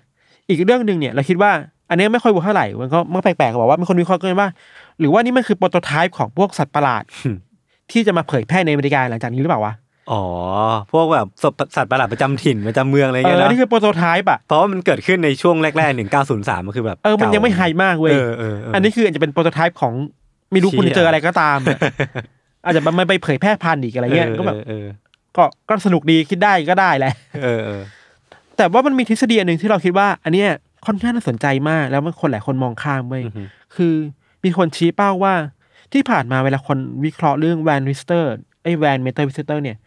B: อีกเรื่องหนึ่งเนี่ยเราคิดว่า อันนี้ไม่ค่อยบูเท่าไหร่ มันก็มันก็แปลกๆบอกว่ามีคนวิเคราะห์กันว่า หรือว่านี่มันคือโปรโตไทป์ของพวกสัตว์ประห ลาด
A: หึ
B: ที่จะมาเผยแพร่ในอเมริกาหลังจากนี้หรือเปล่าวะ
A: อ๋อ พวกแบบสัตว์ประหลาดประจำถิ่นประจำเมืองอะไร
B: เอ
A: เงี้ย
B: อ
A: เนาะ
B: นี่คือโปรโตไทป์อะ
A: เพราะว่ามันเกิดขึ้นในช่วงแรกๆหนึ่งเก้าศูนย์สามมันคือแบบ
B: เออมันยังไม่ไฮมากเว้ย
A: เออเออเ
B: อันนี้คืออาจจะเป็นโปรโตไทป์ของไม่รู้คุณจะเจออะไรก็ต ามอะอาจจะมันไปเผยแพร่พันธุ์อีกอะไรเงี้ยก็แบบ
A: เออ
B: ก็ก็สนุกดีคิดได้ก็ได้แหละ
A: เออเออ
B: แต่ว่ามันมีทฤษฎีอันหนึ่งที่เราคิดว่า อันเนี้ยค่อนข้างน่าสนใจมากแล้วมันคนหลายคนมองข้ามเว้ย
A: อือฮึ
B: คือมีคนชี้เป้าว่าที่ผ่านมาเวลาคนวิเคราะห์เรื่องแวนวิสเตอร์ไอ้แวนเมตาวิสเตอร์เนี่ย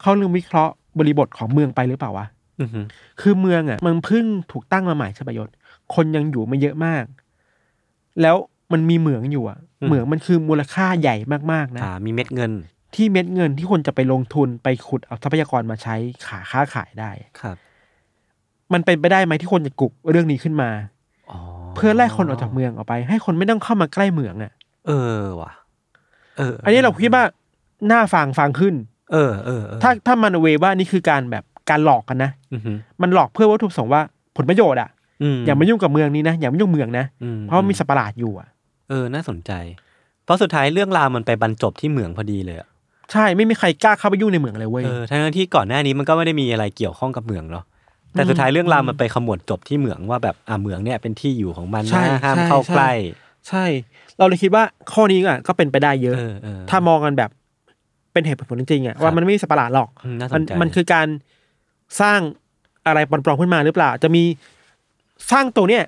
B: เขาลืมวิเคราะห์บริบทของเมืองไปหรือเปล่าวะ
A: อือฮึ
B: คือเมืองอ่ะมันเพิ่งถูกตั้งมาใหม่ใช่ปะยศคนยังอยู่ไม่เยอะมาก แล้วมันมีเหมืองอยู่อ่ะเหมืองมันคือมูลค่าใหญ่มากๆนะ
A: อ่ามีเม็ดเงิน
B: ที่เม็ดเงินที่คนจะไปลงทุนไปขุดเอาทรัพยากรมาใช้ขาค้าขายได้
A: ครับ
B: มันเป็นไปได้ไหมที่คนจะกุกเรื่องนี้ขึ้นมา
A: อ๋อ
B: เพื่อไล่คนออกจากเมืองออกไป ให้คนไม่ต้องเข้ามาใกล้เหมืองอ่ะ
A: เออว่ะเออ
B: อันนี้เราคิดว่าน่าฟังฟังขึ้น
A: เออเออเออ
B: ถ้าถ้ามันเวว่านี่คือการแบบการหลอกกันนะ
A: อือฮึ
B: มันหลอกเพื่อวัตถุประสงค์ว่าผลประโยชน์อ่ะอย่ามายุ่งกับเมืองนี้นะอย่ามายุ่งเมืองนะ
A: อื
B: เพราะมีสัตว์ประหลาดอยู่อ่ะ
A: เออ น่าสนใจ เพราะสุดท้ายเรื่องราวมันไปบรรจบที่เหมืองพอดีเลยอะ
B: ใช่ไม่มีใครกล้าเข้าไปยุ่งในเหมืองเลยเว้ย
A: เออ ทั้งๆที่ก่อนหน้านี้มันก็ไม่ได้มีอะไรเกี่ยวข้องกับเหมืองเนาะ แต่สุดท้ายเรื่องราวมันไปขมวดจบที่เหมืองว่าแบบอ่าเหมืองเนี่ยเป็นที่อยู่ของมัน
B: ใช่
A: นะห้าม
B: ใช่
A: เข้า
B: ช่
A: ใกล้
B: ใช่ เราเลยคิดว่าข้อนี้อ่ะก็เป็นไปได้เย
A: เอ
B: อะ
A: อเออ
B: ถ้ามองกันแบบเป็นเหตุผลจริงๆอ่ะ
A: ครับ
B: ว่ามันไม่มีสัตว์ประหลาดหรอก
A: อืมน่าส
B: มัน
A: นใจ
B: มันคือการสร้างอะไรปลอมๆขึ้นมาหรือเปล่า จะมีสร้างตัวเนี้ย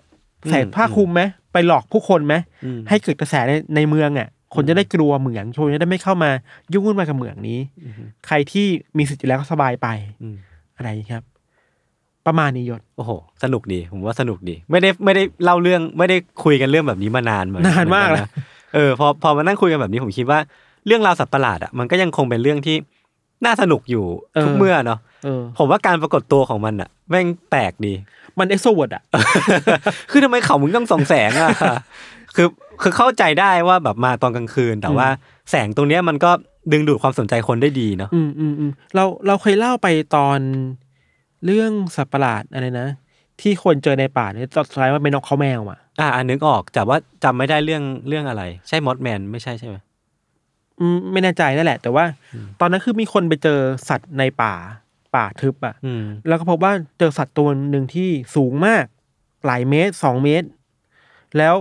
B: ใส่ผ้าคลุมไหมไปหลอกผู้คนไหม
A: อืม
B: ให้เกิดกระแสในในเมืองอ่ะ คนจะได้กลัวเหมืองคนจะได้ไม่เข้ามายุ่งวุ่นวายกับเหมืองนี้ ใครที่มีสิทธิ์อยู่แล้วก็สบายไป
A: อืม
B: อะไรอย่างนี้ครับ ประมาณนี้ยศ
A: โอ้โห สนุกดี ผมว่าสนุกดี ไม่ได้ไม่ได้เล่าเรื่องไม่ได้คุยกันเรื่องแบบนี้มานานเหมือน
B: นานมาก
A: เหอ
B: แล้ว
A: นะเออ พอพอมานั่งคุยกันแบบนี้ผมคิดว่าเรื่องราวสัตว์ประหลาดอ่ะมันก็ยังคงเป็นเรื่องที่น่าสนุกอยู่ทุกเมื่อเนาะ
B: เออ
A: ผมว่าการปรากฏตัวของมันอ่ะแม่งแปลกดี
B: มันเอ็กโซเวิร์ดอ่ะ
A: คือทำไมเขามึงต้องส่องแสง อ่ะ คือคือเข้าใจได้ว่าแบบมาตอนกลางคืน แต่ว่าแสงตรงเนี้ยมันก็ดึงดูดความสนใจคนได้ดีเนาะ
B: อืมอืมอืมเราเราเคยเล่าไปตอนเรื่องสัตว์ประหลาดอะไรนะ ที่คนเจอในป่าเนี่ยตอนสุดท้ายว่าเป็นนกเขาแมวอ่ะ
A: อ่าอ่านึกออกแต่ว่าจำไม่ได้เรื่องเรื่องอะไร ใช่มอสแมนไม่ใช่ใช่ไหม
B: อืมไม่แน่ใจนั่นแหละ แต่ว่า ตอนนั้นคือมีคนไปเจอสัตว์ในป่า ป่าทึบอ่ะ
A: อืม
B: แล้วก็พบว่าเจอสัตว์ตัวหนึ่งที่สูงมาก หลายเมตรสองเมตร แล้ว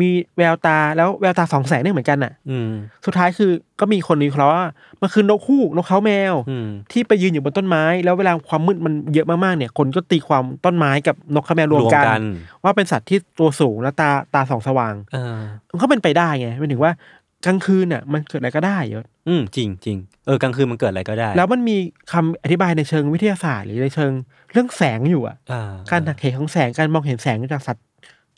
B: มีแววตาแล้วแววตาสองแสงเนี่ยเหมือนกันน่ะ
A: อืม
B: สุดท้ายคือก็มีคนวิเคราะห์ว่ามันคือนกฮูกนกเขาแมว
A: อืม
B: ที่ไปยืนอยู่บนต้นไม้ แล้วเวลาความมืดมันเยอะมากๆเนี่ย คนก็ตีความต้นไม้กับนกเขาแมวรวมกัน ว่าเป็นสัตว์ที่ตัวสูงและตาตาสองสว่าง
A: เออ
B: มันก็เป็นไปได้ไงหมายถึงว่ากลางคืนน่ะ มันเกิดอะไรก็ได้ยศ
A: อืมจริงจริงเออกลางคืนมันเกิดอะไรก็ได้
B: แล้วมันมีคำอธิบายในเชิงวิทยาศาสตร์ หรือในเชิงเรื่องแสงอยู่อะ
A: อ่
B: การหักเหของแสงการมองเห็นแสงจากสัตว์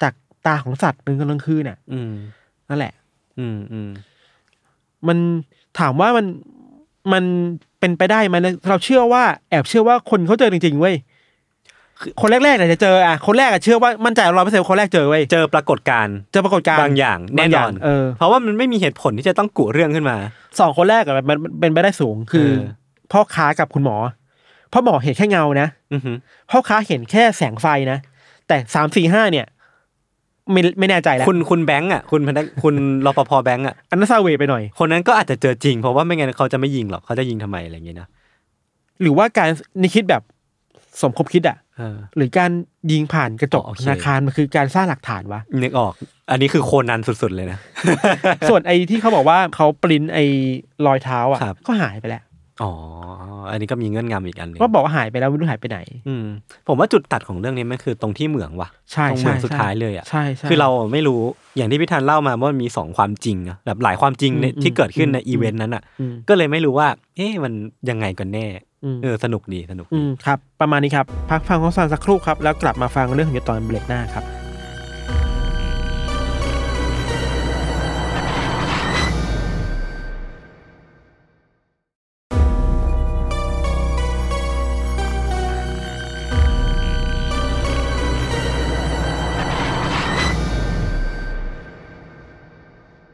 B: จากตาของสัตว์ในกลางคืนน่ะ
A: อืม
B: นั่นแหละ
A: อืมอืม
B: มันถามว่ามันมันเป็นไปได้ไหมเราเชื่อว่าแอบเชื่อว่าคนเขาเจอจริงๆเว้ยคนแรกๆเนี่ยจะเจออ่ะคนแรกอะเชื่อว่ามั่นใจร้อยเปอร์เซ็นต์คนแรกเจอเว้ย
A: เจอปรากฏการณ์
B: เจอปรากฏการณ์
A: บางอย่างแน่นอน
B: เออ
A: เพราะว่ามันไม่มีเหตุผลที่จะต้องกุเรื่องขึ้นมา
B: สองคนแรกอะมันมันเป็นไปได้สูงคือ
A: เออ
B: พ่อค้ากับคุณหมอพ่อหมอเห็นแค่เงานะ
A: อือหือ
B: พ่อค้าเห็นแค่แสงไฟนะ แต่สามสี่ห้าเนี่ยไม่ไม่แน่ใจแล้ว
A: คุณคุณแบงค์อ่ะคุณพนักคุณรปภแบงค์อ่ะ
B: อันนั้นซาเวไปหน่อย
A: คนนั้นก็อาจจะเจอจริง เพราะว่าไม่งั้นเขาจะไม่ยิงหรอกเขาจะยิงทำไมอะไรอย่างเงี้ยนะ
B: หรือว่าการนิคิดแบบสมคบคิดอะ
A: เออ
B: หรือการยิงผ่านกระจก
A: อ๋อโอเค
B: ธนาคารมันคือการสร้างหลักฐาน วะ
A: นึกออก อันนี้คือโคนันสุด ๆ เลยนะ
B: ส่วนไอ้ที่เขาบอกว่าเขาปริ้นไอ้รอยเท้าอะ
A: ครับ
B: ก็หายไปแล้ว
A: อ๋อ อันนี้ก็มีเงื่อนงำอีกอันหนึง
B: ก็บอกว่าหายไปแล้วไม่รู้หายไปไหน
A: อืม ผมว่าจุดตัดของเรื่องนี้มันคือตรงที่เหมืองว่ะ
B: ใช่
A: ตรงเหมื
B: ใช่
A: องสุด
B: ใช่
A: ท้ายเลยอ่ะ
B: ใช่ใช่
A: คือเราไม่รู้อย่างที่พี่ธันเล่ามาว่ามันมีสองความจริงนะแบบหลายความจริงใน
B: อืมอืม
A: ที่เกิดขึ้นใน
B: อืม
A: อีเวนต์นั้นอ่ะ
B: อืม
A: ก็เลยไม่รู้ว่า เอ๊ะมันยังไงกันแน่
B: อืม
A: เออ สนุกดีสนุก
B: อืมครับ ประมาณนี้ครับ พักฟังของสันสักครู่ครับ แล้วกลับมาฟังเรื่องของยศตอนเบรกหน้าครับ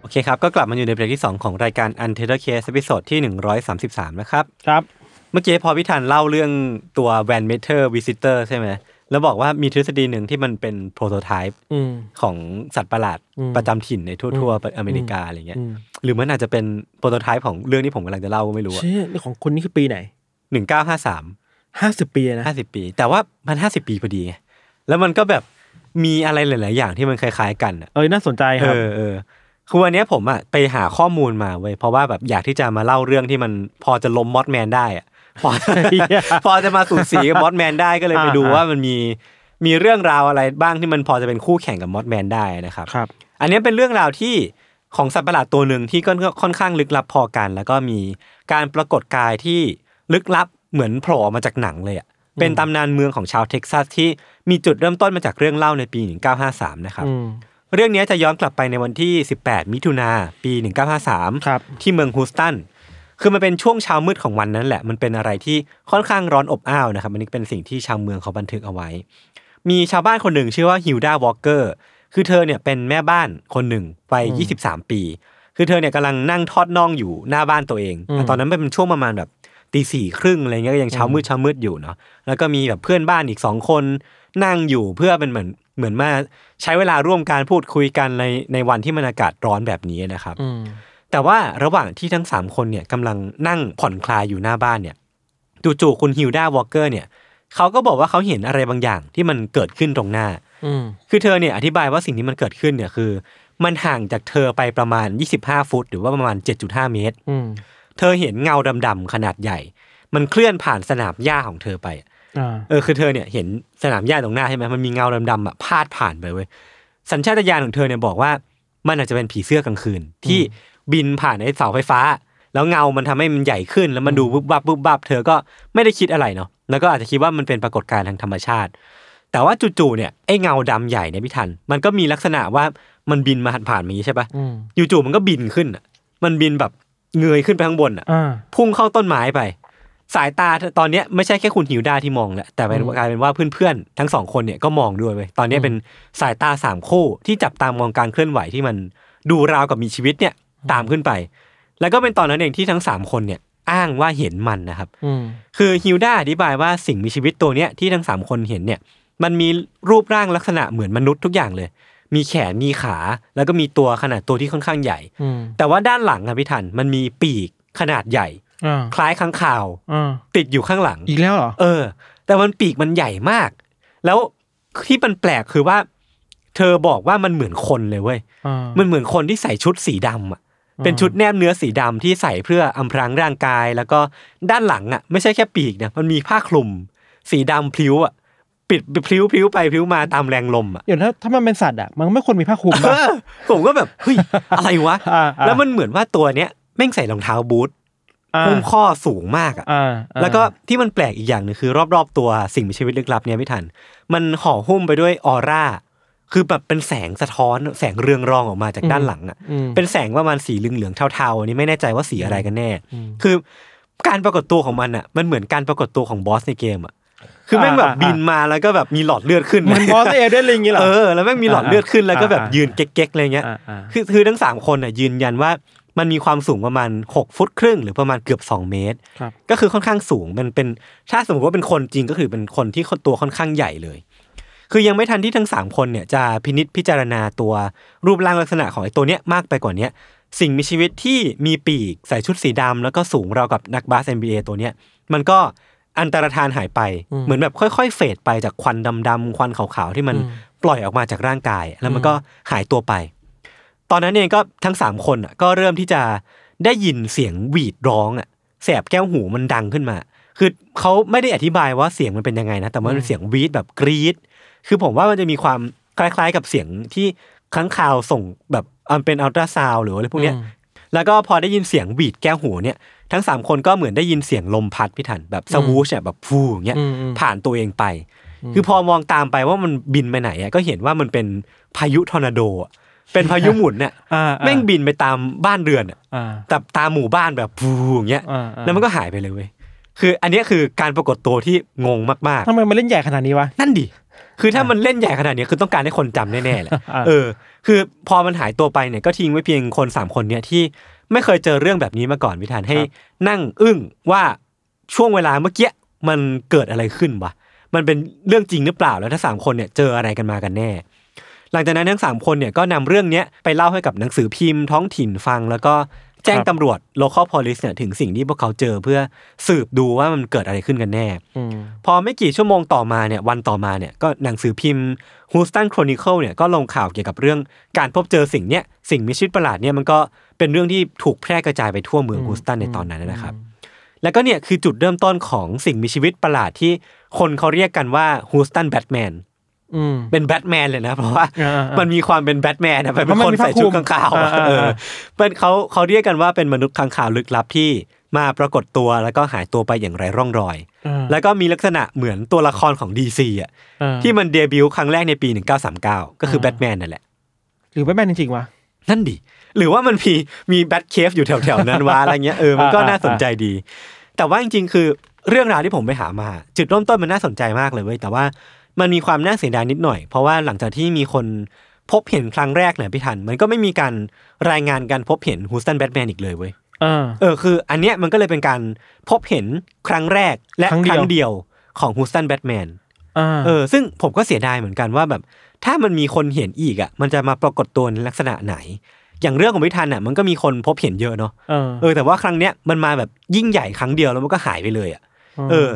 A: โอเคครับ ก็กลับมาอยู่ในเบรกที่ 2 ของรายการ u n t e r Case ตอนที่ 133 นะครับ
B: ครับ
A: เมื่อกี้พอพี่ธันเล่าเรื่องตัว Van Meter Visitor ใช่ไหม แล้วบอกว่ามีทฤษฎีหนึ่งที่มันเป็นโปรโตไทป์
B: อืม
A: ของสัตว์ประหลาด
B: อืม
A: ประจำถิ่นในทั่ว
B: อืม
A: ๆอเมริกาอะไรเงี้ย
B: อืม
A: หรือมันอาจจะเป็นโปรโตไทป์ของเรื่องที่ผมกำลังจะเล่าก็ไม่รู้
B: เชื่อของคุณนี่คือปีไหน
A: หนึ่งเก้าห้าสาม
B: ห้าสิบปีเลยนะ
A: ห้าสิบปี แต่ว่ามันห้าสิบปีพอดีไงแล้วมันก็แบบมีอะไรหลาย ๆ อย่างที่มันคล้าย ๆ กันอะ
B: เอ้ยน่าสนใจค
A: เอ
B: รับ
A: อเออคือวันเนี้ยผมอะไปหาข้อมูลมาเว้ยเพราะว่าแบบอยากที่จะมาเล่าเรื่องที่มันพอจะล้มมอสแมนได้อะ พอ พอจะมาสูสีกับมอสแมนได้ก็เลยไป
B: อ่า
A: ดู
B: อ่า
A: ว่ามันมีมีเรื่องราวอะไรบ้างที่มันพอจะเป็นคู่แข่งกับมอสแมนได้นะครับ
B: ครับ
A: อันนี้เป็นเรื่องราวที่ของสัตว์ประหลาดตัวหนึ่งที่ก็ค่อนข้างลึกลับพอกัน แล้วก็มีการปรากฏกายที่ลึกลับเหมือนโผล่ออกมาจากหนังเลยอะเป็นตำนานเมืองของชาวเท็กซัสที่มีจุดเริ่มต้นมาจากเรื่องเล่าในปี 1953 นะครับ
B: อืม
A: เรื่องนี้จะย้อนกลับไปในวันที่ 18 มิถุนาปี 1953
B: ครับ
A: ที่เมืองฮูสตัน คือมันเป็นช่วงเช้ามืดของวันนั้นแหละ มันเป็นอะไรที่ค่อนข้างร้อนอบอ้าวนะครับ อันนี้เป็นสิ่งที่ชาวเมืองเขาบันทึกเอาไว้ มีชาวบ้านคนหนึ่งชื่อว่าฮิลดาวอลเกอร์ คือเธอเนี่ยเป็นแม่บ้านคนหนึ่งวัย23 ปี คือเธอเนี่ยกำลังนั่งทอดน่องอยู่หน้าบ้านตัวเอง
B: อืม
A: ตอนนั้นมันเป็นช่วงประมาณแบบตีสี่ครึ่งอะไรเงี้ยก็ยังเช้ามืดเช้ามืดอยู่เนาะ แล้วก็มีแบบเพื่อนบ้านอีกสองคนนั่งอยู่เพื่อเป็นเหมือนเหมือนมาใช้เวลาร่วมการพูดคุยกันในในวันที่มันอากาศร้อนแบบนี้นะครับ
B: อืม
A: แต่ว่าระหว่างที่ทั้งสามคนเนี่ยกำลังนั่งผ่อนคลายอยู่หน้าบ้านเนี่ยจู่ๆคุณฮิวดาวอลเกอร์เนี่ยเขาก็บอกว่าเขาเห็นอะไรบางอย่างที่มันเกิดขึ้นตรงหน้า
B: อืม
A: คือเธอเนี่ยอธิบายว่าสิ่งที่มันเกิดขึ้นเนี่ยคือ มันห่างจากเธอไปประมาณ 25 ฟุต หรือว่าประมาณ 7.5 เมตร
B: อืม
A: เธอเห็นเงาดำๆขนาดใหญ่ มันเคลื่อนผ่านสนามหญ้าของเธอไป
B: อ่า
A: เออคือเธอเนี่ยเห็นสนามหญ้าตรงหน้าใช่ไหมมันมีเงาดำๆอ่ะพาดผ่านไปเว้ยสัญชาตญาณของเธอเนี่ยบอกว่ามันอาจจะเป็นผีเสื้อกลางคืน ที่บินผ่านไอ้เสาไฟฟ้า แล้วเงามันทำให้มันใหญ่ขึ้น แล้วมันดูบุบบับบุบบับเธอก็ไม่ได้คิดอะไรเนาะแล้วก็อาจจะคิดว่ามันเป็นปรากฏการณ์ทางธรรมชาติ แต่ว่าจู่ๆเนี่ยไอ้เงาดำใหญ่เนี่ยพี่ทัน มันก็มีลักษณะว่ามันบินมาผ่านๆมาอย่างนี้ใช่ปะ
B: อืม
A: จู่ๆมันก็บินขึ้นอะมันบินแบบเงยขึ้นไปข้างบนอ่ะ
B: อ่า
A: พุ่งเข้าต้นไม้ไป สายตาตอนเนี้ยไม่ใช่แค่คุณหิวด้าที่มองแหละแต่เป็น
B: อืม
A: กลายเป็นว่าเพื่อนๆทั้งสองคนเนี่ยก็มองด้วยเว้ยตอนเนี้ย
B: อืม
A: เป็นสายตาสามคู่ที่จับตามองการเคลื่อนไหวที่มันดูราวกับมีชีวิตเนี่ยตามขึ้นไป แล้วก็เป็นตอนนั้นเองที่ทั้งสามคนเนี่ยอ้างว่าเห็นมันนะครับ
B: อืม
A: คือฮิวด้าอธิบายว่าสิ่งมีชีวิตตัวเนี้ยที่ทั้งสามคนเห็นเนี่ยมันมีรูปร่างลักษณะเหมือนมนุษย์ทุกอย่างเลย มีแขนมีขา แล้วก็มีตัวขนาดตัวที่ค่อนข้างใหญ่
B: อืม
A: แต่ว่าด้านหลังอะพี่ทันมันมีปีกขนาดใหญ่
B: อ่า
A: คล้ายค้างคาว
B: อ่า
A: ติดอยู่ข้างหลัง
B: อีกแล้วเหรอ
A: เออ แต่มันปีกมันใหญ่มาก แล้วที่มันแปลกคือว่า เธอบอกว่ามันเหมือนคนเลยเว้ย
B: อ่า
A: มันเหมือนคนที่ใส่ชุดสีดำอ่ะ เป็นชุดแนบเนื้อสีดำที่ใส่เพื่ออำพรางร่างกาย แล้วก็ด้านหลังอ่ะ ไม่ใช่แค่ปีกนะมันมีผ้าคลุม สีดำพลิ้วอ่ะ ปิดพลิ้วพลิ้วไปพลิ้วมาตามแรงลมอ่ะ
B: เดี๋ยวถ้าถ้ามันเป็นสัตว์อ่ะ มันไม่ควรมีผ้าคลุม
A: เอ
B: ปะ
A: อผมก็แบบเฮ้ยอะไรวะ
B: อ่าอ่า
A: แล้วมันเหมือนว่าตัวเนี้ยแ ม่งใส่รองเท้าบูท
B: อ่า
A: หุ้มข้อสูงมากอ่ะ
B: อ่า
A: แล้วก็ที่มันแปลกอีกอย่างหนึ่งคือ รอบๆตัวสิ่งมีชีวิตลึกลับเนี่ยไม่ทัน มันห่อหุ้มไปด้วยออร่า คือแบบเป็นแสงสะท้อนแสงเรืองรองออกมาจากด้านหลังอ่ะ
B: อืม
A: เป็นแสงประมาณสีเหลืองๆเทาๆอันนี้ไม่แน่ใจว่าสีอะไรกันแน่
B: อืม
A: คือการปรากฏตัวของมันอ่ะ มันเหมือนการปรากฏตัวของบอสในเกมอ่ะ คือแม่งแบบ
B: อ่าอ่า
A: บินมาแล้วก็แบบมีหลอดเลือดขึ้น
B: เหมือนบอสเอเดนลิงงี้เหรอ
A: เออ แล้วแม่งมีหลอดเลือดขึ้นแล้วก็แบบ
B: อ่าอ่ายื
A: ยืนเก๊กๆอะไรเงี้ย
B: อ่าอ่า
A: คือคือทั้งสามคนน่ะยืนยันว่ามันมีความสูงประมาณหกฟุตครึ่ง หรือประมาณเกือบสองเมตร
B: ครับ
A: ก็คือค่อนข้างสูงมันเป็นถ้าสมมติว่าเป็นคนจริงก็คือเป็นคนที่ตัวค่อนข้างใหญ่เลย คือยังไม่ทันที่ทั้งสามคนเนี่ยจะพินิษพิจารณาตัวรูปร่างลักษณะของไอ้ตัวเนี้ยมากไปกว่าเนี้ยสิ่งมีชีวิตที่มีปีกใส่ชุดสีดำแล้วก็สูงราวกับนักบาส NBA ตัวเนี้ยมันก็อันตรธานหายไป
B: อืม
A: เหมือนแบบค่อยๆ เฟดไปจากควันดำๆควันขาวๆที่มัน
B: อืม
A: ปล่อยออกมาจากร่างกาย แล้วมันก็หายตัวไป ตอนนั้นเองก็ทั้งสามคนน่ะก็เริ่มที่จะได้ยินเสียงหวีดร้องอ่ะแสบแก้วหูมันดังขึ้นมา คือเขาไม่ได้อธิบายว่าเสียงมันเป็นยังไงนะ แต่มันเป็นเสียงหวีดแบบกรี๊ดคือผมว่ามันจะมีความคล้ายๆกับเสียงที่ค้างคาวส่งแบบอันเป็นอัลตราซาวหรืออะไรพวกเนี้ย
B: อืม
A: แล้วก็พอได้ยินเสียงหวีดแก้วหูเนี่ยทั้งสามคนก็เหมือนได้ยินเสียงลมพัดพี่ถันแบบสวูชเนี่ยแบบฟูอย่างเงี้ย
B: อืมอืม
A: ผ่านตัวเองไป คือพอมองตามไปว่ามันบินไปไหนอะก็เห็นว่ามันเป็นพายุทอร์นาโดอะเป็นพายุหมุนเนี่ย
B: อ่า
A: แม่งบินไปตามบ้านเรือนอะ
B: อ่า
A: แต่ตามหมู่บ้านแบบฟูอย่างเงี้ย
B: อ่าอ่า
A: แล้วมันก็หายไปเลยเว้ย คืออันเนี้ยคือการปรากฏตัวที่งงมาก
B: ทำไมมันเล่นใหญ่ขนาดนี้วะ
A: ๆ นั่นดิ คือถ้ามันเล่นใหญ่ขนาดเนี้ยคือต้องการให้คนจำแน่ๆแหละ
B: อ่า
A: เออ คือพอมันหายตัวไปเนี่ยก็ทิ้งไว้เพียงคนสามคนเนี่ยที่ไม่เคยเจอเรื่องแบบนี้มาก่อนพิธานให้นั่งอึ้งว่าช่วงเวลาเมื่อกี้มันเกิดอะไรขึ้นวะ มันเป็นเรื่องจริงหรือเปล่าแล้วถ้าสามคนเนี่ยเจออะไรกันมากันแน่ หลังจากนั้นทั้งสามคนเนี่ยก็นำเรื่องเนี้ยไปเล่าให้กับหนังสือพิมพ์ท้องถิ่นฟัง แล้วก็แจ้ง
B: ครับ
A: ตำรวจ local police เนี่ยถึงสิ่งที่พวกเขาเจอเพื่อสืบดูว่ามันเกิดอะไรขึ้นกันแน่
B: อืม
A: พอไม่กี่ชั่วโมงต่อมาเนี่ยวันต่อมาเนี่ยก็หนังสือพิมพ์ Houston Chronicle เนี่ยก็ลงข่าวเกี่ยวกับเรื่องการพบเจอสิ่งเนี้ยสิ่งมีชีวิตประหลาดเนี่ยมันก็เป็นเรื่องที่ถูกแพร่กระจายไปทั่วเมือง
B: อืม
A: ฮูสตันในตอนนั้นนะครับ แล้วก็เนี่ยคือจุดเริ่มต้นของสิ่งมีชีวิตประหลาดที่คนเขาเรียกกันว่าฮูสตันแบทแมน
B: อืม
A: เป็นแบทแมนเลยนะเพราะว่า
B: อ่าๆ
A: มันมีความเป็นแบทแมนนะเป็น
B: เพราะมัน
A: คน
B: มีผ้า
A: ใส่ชุด
B: คลุ
A: ข้าม งขาวๆอะ
B: อ่าๆ
A: เออเป็นเขาเขาเรียกกันว่าเป็นมนุษย์ข้างขาวลึกลับที่มาปรากฏตัวแล้วก็หายตัวไปอย่างไร้ร่องรอย
B: อ่า
A: แล้วก็มีลักษณะเหมือนตัวละครของ DC อ่ะ
B: อ่า
A: ที่มันเดบิวต์ครั้งแรกในปี 1939 ก็คือแบทแมนนั่นแหละ
B: หรือแบทแมนจริงๆวะ
A: นั่นดิ หรือว่ามันมีมีแบทเคฟอยู่แถวๆ นั้นวะ อะไรเงี้ยเออมันก็
B: อ่าอ่า
A: น่าสนใจดี แต่ว่าจริงๆ คือเรื่องราวที่ผมไปหามา จุดเริ่มต้นมันน่าสนใจมากเลยเว้ยแต่ว่ามันมีความน่าเสียดายนิดหน่อย เพราะว่าหลังจากที่มีคนพบเห็นครั้งแรกเนี่ยพี่ทัน มันก็ไม่มีการรายงานการพบเห็นฮูสตันแบทแมนอีกเลยเว้ย
B: อ่า
A: เออคืออันเนี้ยมันก็เลยเป็นการพบเห็นครั้งแรกและ
B: ครั้ง
A: ค
B: เดียว
A: รั้งเดียวของฮูสตันแบทแมน
B: อ่า
A: เออซึ่งผมก็เสียดายเหมือนกันว่าแบบ ถ้ามันมีคนเห็นอีกอ่ะ มันจะมาปรากฏตัวในลักษณะไหน อย่างเรื่องของพิธันอ่ะ มันก็มีคนพบเห็นเยอะเนาะ
B: เออ
A: เออแต่ว่าครั้งเนี้ยมันมาแบบยิ่งใหญ่ครั้งเดียวแล้วมันก็หายไปเลยอ่ะเออ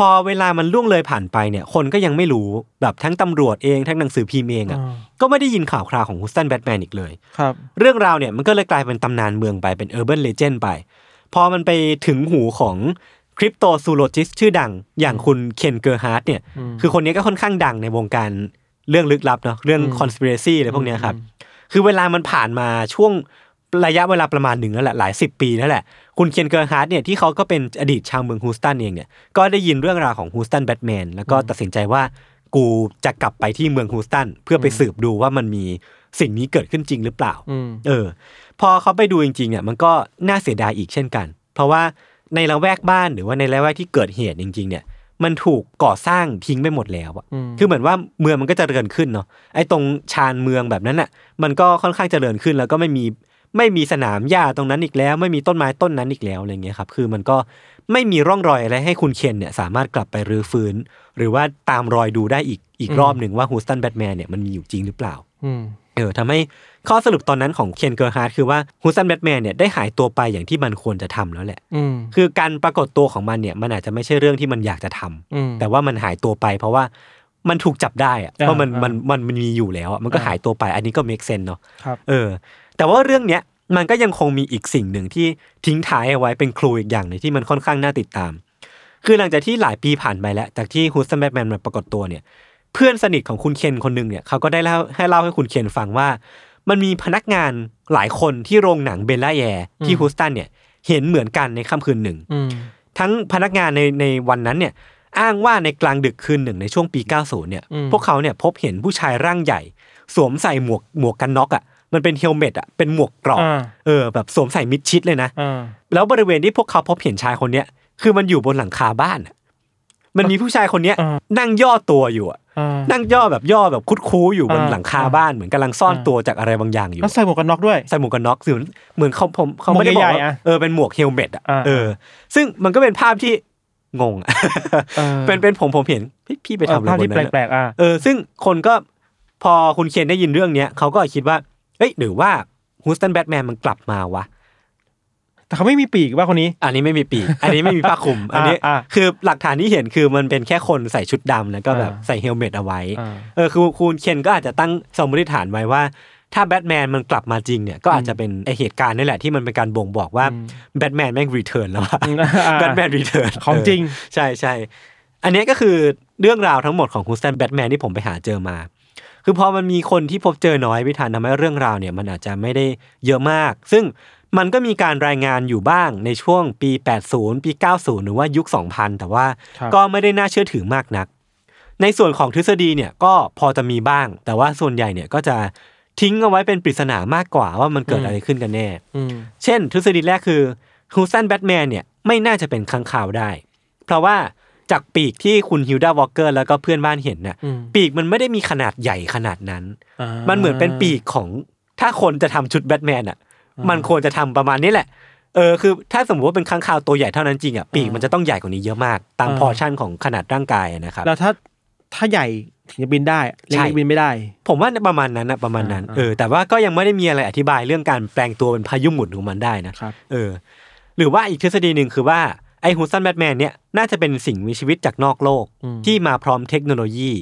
A: พอเวลามันล่วงเลยผ่านไปเนี่ย คนก็ยังไม่รู้แบบทั้งตำรวจเองทั้งหนังสือพิมพ์เองอ่ะ
B: อ่า
A: ก็ไม่ได้ยินข่าวคราวของฮูสตันแบทแมนอีกเลย
B: ครับ
A: เรื่องราวเนี่ยมันก็เลยกลายเป็นตำนานเมืองไปเป็นเออร์เบิร์นเลเจนด์ไป พอมันไปถึงหูของคริปโตซูโลจิสชื่อดัง อย่างคุณเคนเกอร์ฮาร์ดเนี่ย คือคนนี้ก็ค่อนข้างดังในวงการเรื่องลึกลับเนาะเรื่องคอน spiracy อะไรพวกเนี้ยครับ คือเวลามันผ่านมาช่วงระยะเวลาประมาณหนึ่งแล้วแหละหลายสิบปีแล้วแหละ คุณเคนเกอร์ฮาร์ดเนี่ยที่เขาก็เป็นอดีตชาวเมืองฮูสตันเองเนี่ยก็ได้ยินเรื่องราวของฮูสตันแบทแมนแล้วก็ตัดสินใจว่ากูจะกลับไปที่เมืองฮูสตันเพื่อไปสืบดูว่ามันมีสิ่งนี้เกิดขึ้นจริงหรือเปล่า
B: อืม
A: เออพอเขาไปดูจริงๆเนี่ยมันก็น่าเสียดายอีกเช่นกัน เพราะว่าในละแวกบ้านหรือว่าในละแวกที่เกิดเหตุจริง ๆ เนี่ย มันถูกก่อสร้างทิ้งไปหมดแล้วอะ
B: อืม
A: คือเหมือนว่าเมืองมันก็เจริญขึ้นเนาะไอ้ตรงชานเมืองแบบนั้นน่ะมันก็ค่อนข้างเจริญขึ้นแล้วก็ไม่มีไม่มีสนามหญ้าตรงนั้นอีกแล้ว ไม่มีต้นไม้ต้นนั้นอีกแล้วอะไรเงี้ยครับคือมันก็ไม่มีร่องรอยอะไรให้คุณเคนเนี่ยสามารถกลับไปรื้อฟื้น หรือว่าตามรอยดูได้อีกอีกรอบหนึ่งว่าฮูสตันแบทแมนเนี่ยมันมีอยู่จริงหรือเปล่า
B: อืม
A: เออทำให้ข้อสรุปตอนนั้นของเคนเกอร์ฮาร์ดคือว่าฮูซันแบทแมนเนี่ยได้หายตัวไปอย่างที่มันควรจะทำแล้วแหละ
B: อืม
A: คือการปรากฏตัวของมันเนี่ยมันอาจจะไม่ใช่เรื่องที่มันอยากจะทำ
B: อืม
A: แต่ว่ามันหายตัวไปเพราะว่ามันถูกจับได้อะ
B: อ่า
A: เพราะมัน
B: อ่ามั
A: มันมันมันมีอยู่แล้วอะมันก็
B: อ่า
A: หายตัวไป อันนี้ก็เม e เซนเนาะ
B: ครับ
A: เออ แต่ว่าเรื่องเนี้ยมันก็ยังคงมีอีกสิ่งหนึ่งที่ทิ้งท้ายเอาไว้เป็นครูอีกอย่างหนึงที่มันค่อนข้างน่าติดตาม คือหลังจากที่หลายปีผ่านไปแล้วจากที่ฮูซันแบทแมนมาปรากฏตัวเนี่ย เพื่อนสนิทของคุณเคนคนหนึ่งเนี่ยเขาก็ได้เล่าให้เล่าให้คุณเคนฟังว่า มันมีพนักงานหลายคนที่โรงหนังเบลล่าแยร์ที่
B: อืม
A: ฮูสตันเนี่ยเห็นเหมือนกันในค่ำคืนหนึ่ง
B: อืม
A: ทั้งพนักงานในในวันนั้นเนี่ยอ้างว่าในกลางดึกคืนหนึ่งในช่วงปี 90 เนี่ย
B: อืม
A: พวกเขาเนี่ยพบเห็นผู้ชายร่างใหญ่ สวมใส่หมวกหมวกกันน็อกอะ่ะมันเป็นเฮลเมตอ่ะเป็นหมวกเกรอบ
B: อ่า
A: เออแบบสวมใส่มิดชิดเลยนะ
B: อ่า
A: แล้วบริเวณที่พวกเขาพบเห็นชายคนเนี้ยคือมันอยู่บนหลังคาบ้านอะมันมีผู้ชายคนเนี้ยนั่งย่อตัวอยู่อะ
B: อ่า
A: นั่งย่อแบบย่อแบบคุดคู้อยู่บน
B: อ่า
A: หลังคาบ้านเหมือนกำลังซ่อน
B: อ่า
A: ตัวจากอะไรบางอย่างอยู่
B: แล้วใส่หมวกกันน็อกด้วย
A: ใส่หมวกกันน็อกสิเหมือนเขาผมเขาไม่ได้
B: หมวก
A: บอ
B: ให
A: ก
B: ญ่ๆ
A: ว่า
B: อะ
A: เออเป็นหมวกเฮลเมตอ่ะ
B: อ่า
A: เออ ซึ่งมันก็เป็นภาพที่งงอะ
B: ออ
A: เป็นเป็นผมผมเห็นพี่พี่ไปทำอะไร
B: ภาพ
A: บ
B: ที่
A: น
B: แ
A: นั้น
B: ป
A: อะ
B: ลกๆอ่า
A: เออ ซึ่งคนก็พอคุณเคนได้ยินเรื่องเนี้ยเขาก็คิดว่าเอ้ยหรือว่าฮูสตันแบทแมนมันกลับมาวะ
B: แต่เขาไม่มีปีกว่าคนนี้
A: อันนี้ไม่มีปีก อันนี้ไม่มีผ้าคลุม อันนี้
B: อ่า
A: คือหลักฐานที่เห็นคือมันเป็นแค่คนใส่ชุดดำแล้วก็แบบ
B: อ่า
A: ใส่เฮลเมตเอาไว้
B: อ่า
A: เออคือคุณเคนก็อาจจะตั้งสมมติฐานไว้ว่า ถ้าแบทแมนมันกลับมาจริงเนี่ยก็อาจจะเป็นไอเหตุการณ์นี่แหละที่มันเป็นการบ่งบอกว่า
B: อืม
A: แบทแมนแม่งรีเทิร์นแล้วอะ
B: อืมอ่า
A: แบทแมนรีเทิร์น
B: ของจริง
A: ใช่ใช่อันเนี้ยก็คือเรื่องราวทั้งหมดของคุณสแตนแบทแมนที่ผมไปหาเจอมา คือพอมันมีคนที่พบเจอน้อยพิธันทำให้เรื่องราวเนี่ยมันอาจจะไม่ได้เยอะมาก ซึ่งมันก็มีการรายงานอยู่บ้างในช่วงปี 80 ปี 90 หรือว่ายุค 2000 แต่ว่า
B: ครับ
A: ก็ไม่ได้น่าเชื่อถือมากนัก ในส่วนของทฤษฎีเนี่ยก็พอจะมีบ้าง แต่ว่าส่วนใหญ่เนี่ยก็จะทิ้งเอาไว้เป็นปริศนามากกว่าว่ามันเกิดอะไรขึ้นกันแน่
B: อืม
A: เช่น ทฤษฎีแรกคือฮูสันแบทแมนเนี่ยไม่น่าจะเป็นค้างคาวได้ เพราะว่าจากปีกที่คุณฮิลดาวอลเกอร์แล้วก็เพื่อนบ้านเห็นน่ะ
B: อืม
A: ปีกมันไม่ได้มีขนาดใหญ่ขนาดนั้น
B: อ่า
A: มันเหมือนเป็นปีกของถ้าคนจะทำชุดแบทแมนอ่ะ มันควรจะทำประมาณนี้แหละ เออคือถ้าสมมติว่าเป็นค้างคาวตัวใหญ่เท่านั้นจริงอ่ะปีกมันจะต้องใหญ่กว่านี้เยอะมาก ตาม
B: อ่า
A: พอร์ชั่นของขนาดร่างกายอะนะครับ
B: แล้วถ้าถ้าใหญ่ถึงจะบินได้เล็
A: ใช่
B: กๆบินไม่ได้
A: ผมว่าประมาณนั้นนะประมาณนั้น
B: อ่า
A: เออแต่ว่าก็ยังไม่ได้มีอะไรอธิบายเรื่องการแปลงตัวเป็นพายุหมุนของมันได้นะ
B: ครับ
A: เออหรือว่าอีกทฤษฎีหนึ่งคือว่าไอ้ฮูสตันแบทแมนเนี่ยน่าจะเป็นสิ่งมีชีวิตจากนอกโลก
B: อืม
A: ที่มาพร้อมเทคโนโลยี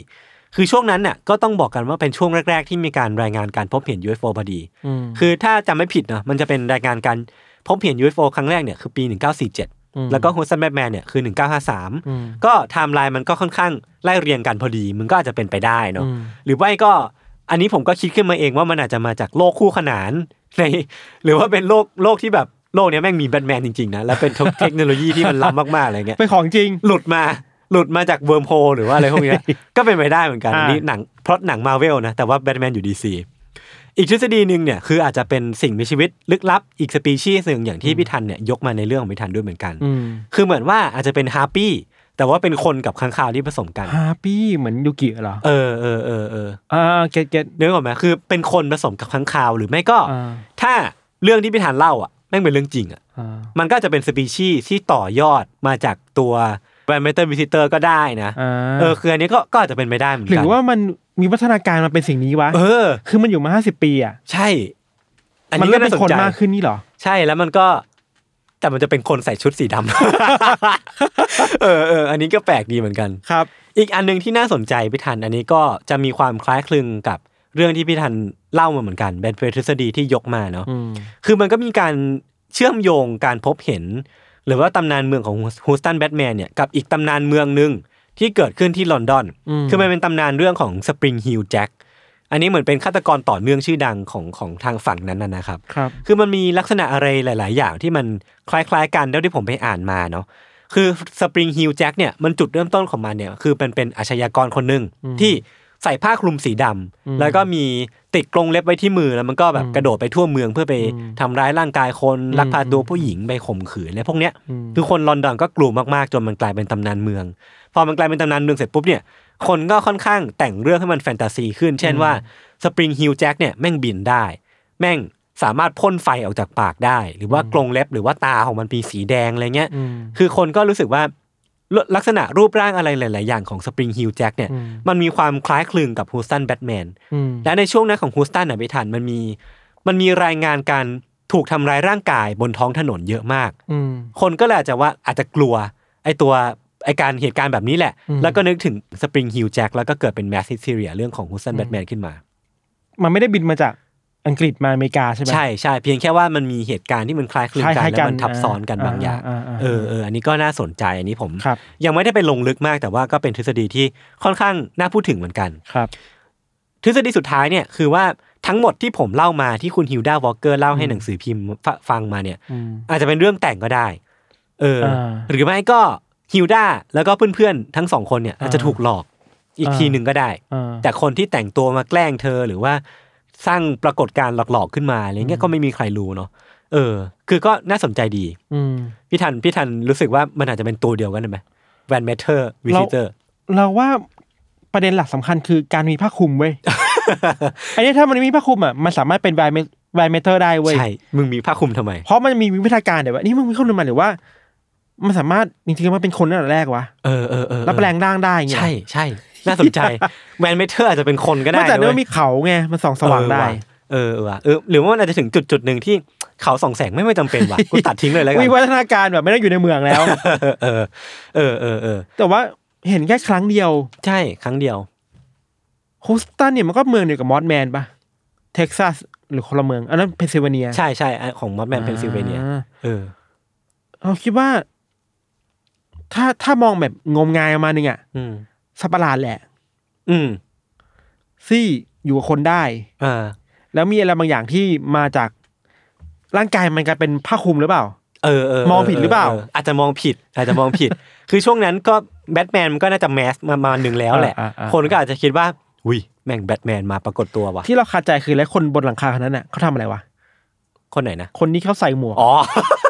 A: คือช่วงนั้นน่ะก็ต้องบอกกันว่าเป็นช่วงแรก ๆ ที่มีการรายงานการพบเห็น UFO พอดี
B: อืม
A: คือถ้าจำไม่ผิดนะมันจะเป็นรายงานการพบเห็น UFO ครั้งแรกเนี่ยคือปี
B: อืม
A: 1947 แล้วก็ฮูสตันแบทแมนเนี่ยคือ
B: อืม
A: 1953 ก็ไทม์ไลน์มันก็ค่อนข้างไล่เรียงกันพอดี มันก็อาจจะเป็นไปได้เนาะ
B: อืม
A: หรือไม่ก็อันนี้ผมก็คิดขึ้นมาเองว่ามันอาจจะมาจากโลกคู่ขนานใน หรือว่าเป็นโลกโลกที่แบบโลกเนี้ยแม่งมีแบทแมนจริงๆนะแล้วเป็น เทคโนโลยีที่มันล้ำมากๆอะไรเงี้ย
B: เป็นของจริง
A: หลุดมาหลุดมาจากเวิร์มโฮหรือว่าอะไรพว กเนี้ย ก็เป็นไปได้เหมือนกัน
B: อ่า
A: อันนี้หนังเพราะหนังมาเวลนะแต่ว่าแบทแมนอยู่ดีซีอีกทฤษฎีหนึ่งเนี่ยคืออาจจะเป็นสิ่งมีชีวิตลึกลับอีกสปีชีส์หนึ่งอย่างที่พี่ทันเนี่ยยกมาในเรื่องของพี่ทันด้วยเหมือนกัน
B: อืม
A: คือเหมือนว่าอาจจะเป็นฮาร์ปี้แต่ว่าเป็นคนกับค้างคาวที่ผสมกัน
B: ฮาปี้เหมือนยูกิเหรอ
A: เออเออเออเออ
B: อ่าเก็ตเก็ต
A: นึกออกไหมคือเป็นคนผสมกับค้างคาวหรือไม่ก็
B: อ่า
A: ถ้าเรื่องที่พิธานเล่าอ่ะแม่งเป็นเรื่องจริงอ่ะ
B: อ่า
A: มันก็จะเป็นสปีชีส์ที่ต่อยอดมาจากตัวแบนเมเตอร์วิซิเตอร์ก็ได้นะ
B: อ่า
A: เออคืออันนี้ก็ก็อาจจะเป็นไปได้เหมือน
B: หรื
A: กั
B: อว่ามันมีพัฒนาการมาเป็นสิ่งนี้วะ
A: เออ
B: คือมันอยู่มาห้าสิบปีอ่ะ
A: ใช่อัน
B: มัน
A: นี้
B: เริ่
A: ก็น่า
B: ม
A: ส
B: เป็น
A: น
B: คน
A: ใจ
B: มากขึ้นนี่เหรอ
A: ใช่แล้วมันก็ แต่มันจะเป็นคนใส่ชุดสีดำ เออเอออันนี้ก็แปลกดีเหมือนกัน
B: ครับ
A: อีกอันหนึ่งที่น่าสนใจพี่ทัน อันนี้ก็จะมีความคล้ายคลึงกับเรื่องที่พี่ทันเล่ามาเหมือนกันเป็นเป็นทฤษฎีที่ยกมาเนาะ
B: อืม
A: คือมันก็มีการเชื่อมโยงการพบเห็น หรือว่าตำนานเมืองของฮูสตันแบทแมนเนี่ยกับอีกตำนานเมืองหนึ่งที่เกิดขึ้นที่ลอนดอน
B: อืม
A: คือมันเป็นตำนานเรื่องของสปริงฮิลแจ็คอันนี้เหมือนเป็นฆาตกรต่อเนื่องชื่อดังของของทางฝั่งนั้นนะนะครับ
B: ครับ
A: คือมันมีลักษณะอะไรหลาย ๆ อย่างที่มันคล้าย ๆ กันเท่าที่ผมไปอ่านมาเนาะคือสปริงฮิลแจ็คเนี่ยมันจุดเริ่มต้นของมันเนี่ยคือเป็นเป็นอาชญากรคนหนึ่งที่ใส่ผ้าคลุมสีดำแล้วก็มีติดกรงเล็บไว้ที่มือแล้วมันก็แบบกระโดดไปทั่วเมืองเพื่อไปทำร้ายร่างกายคนลักพาตัวผู้หญิงไปข่มขืนอะไรพวกเนี้ยคือคนลอนดอนก็กลัวมากๆจนมันกลายเป็นตำนานเมือง พอมันกลายเป็นตำนานเมืองเสร็จปุ๊บเนี่ยคนก็ค่อนข้างแต่งเรื่องให้มันแฟนตาซีขึ้น เช่นว่าสปริงฮิลแจ็คเนี่ยแม่งบินได้ แม่งสามารถพ่นไฟออกจากปากได้ หรือว่ากรงเล็บหรือว่าตาของมันมีสีแดงอะไรเงี้ย
B: อืม
A: คือคนก็รู้สึกว่าลลักษณะรูปร่างอะไรหลาย ๆ อย่างของสปริงฮิลแจ็คเนี่ยมันมีความคล้ายคลึงกับฮูสตันแบทแมน
B: อืม
A: และในช่วงนั้นของฮูสตันอ่ะไม่ทันมันมี มันมีรายงานการถูกทำร้ายร่างกายบนท้องถนนเยอะมาก
B: อืม
A: คนก็เลยอาจจะว่าอาจจะกลัวไอตัวไอการเหตุการณ์แบบนี้แหละ แล้วก็นึกถึงสปริงฮิลแจ็คแล้วก็เกิดเป็นแมสซิสเรียเรื่องของฮูสตันแบทแมนขึ้นมา
B: มันไม่ได้บินมาจากอังกฤษมาอเมริกาใช่ไหม
A: ใช่ใช่เพียงแค่ว่ามันมีเหตุการณ์ที่มันคล้ายคลึงกัน
B: คล้ายๆ
A: และ
B: กัน
A: มันทับซ้อนกันบางอย่าง
B: อ่าอ่าอ่า
A: เออเอออันนี้ก็น่าสนใจอันนี้ผม
B: ครับ
A: ยังไม่ได้ไปลงลึกมากแต่ว่าก็เป็นทฤษฎีที่ค่อนข้างน่าพูดถึงเหมือนกัน
B: ครับ
A: ทฤษฎีสุดท้ายเนี่ยคือว่า ทั้งหมดที่ผมเล่ามาที่คุณฮิวดาวอลเกอร์เล่าให้หนังสือพิมพ์ฟฟังมาเนี่ย
B: อืม
A: อาจจะเป็นเรื่องแต่งก็ได้ เออ
B: อ่า
A: หรือไม่ก็ฮิวดาแล้วก็เพื่อนๆ ทั้งสองคนเนี่ย
B: อ่า
A: อาจจะถูกหลอกอีก
B: อ่า
A: ทีหนึ่งก็ได้
B: อ่า
A: แต่คนที่แต่งตัวมาแกล้งเธอหรือว่าสร้างปรากฏการณ์หลอกๆขึ้นมาอะไรเงี้ยก็ไม่มีใครรู้เนาะเออ คือก็น่าสนใจดี
B: อืม
A: พี่ทันพี่ทันรู้สึกว่ามันอาจจะเป็นตัวเดียวกันได้ไหมแวนเมเทอร์วิซิเตอร์
B: เราว่าประเด็นหลักสำคัญคือการมีผ้าคลุม เว้ย อันนี้ถ้ามันไม่มีผ้าคลุมอ่ะมันสามารถเป็นไวเมเตอร์ได้เว้ย
A: ใช่ มึงมีผ้าคลุมทำไม
B: เพราะมันมีวิทยาการเดี๋ยวว่านี่มึงมีข้อมูลมาหรือว่า มันสามารถจริงๆมันเป็นคนตั้งแต่แรกวะ
A: เออเออเออ
B: แล้วแปลงร่างได้เงี้ย
A: ใช่ใช่ น่าสนใจแวนเมเทอร์อาจจะเป็นคนก็ได้
B: ไม่แต่เนื่
A: เว้
B: อย งมีเขาไงมันส่องสว่างได้
A: เออว่ะเออว่ะเออ หรือว่ามันอาจจะถึงจุดจุดๆหนึ่งที่เขาส่องแสงไม่ไม่จำเป็น ว่ะ กูตัดทิ้งเลยแล้วกั
B: วิ
A: น
B: วัฒนาการแบบไม่ได้อยู่ในเมือง แล้ว
A: เออเออเออเออ
B: แต่ว่าเห็นแค่ครั้งเดียว
A: ใช่ครั้งเดียว
B: ฮูสตันเนี่ยมันก็เมืองเดียวกับมอสแมนปะเท็กซัสหรือคนละเมือง อันนั้นเพนซิลเวเนีย
A: ใช่ใช่อ่ะของมอสแมนเพนซิลเวเนีย
B: อ่า
A: เออ
B: เราคิดว่า ถ้าถ้ามองแบบงมงายประมาณนึงอ่ะ
A: อืม
B: สัตว์ประหลาดแหละ
A: อืม
B: ซี่อยู่กับคนได้
A: อ่า
B: แล้วมีอะไรบางอย่างที่มาจากร่างกายมันกลายเป็นผ้าคลุมหรือเปล่า
A: เออเออเ
B: มองผิดหรือเปล่า
A: อาจจะมองผิด อาจจะมองผิด คือช่วงนั้นก็แบทแมนมันก็น่าจะแมสมามาหนึ่งแล้วแหละ
B: อ่าอ่าอ่า
A: คนก็อาจจะคิดว่าอุ้ยแม่งแบทแมนมาปรากฏตัวว่ะ
B: ที่เราคาใจคือแล้วคนบนหลังคาคนนั้นน่ะเขาทำอะไรวะ
A: คนไหนนะ
B: คนนี้เขาใส่หมวก
A: อ๋อ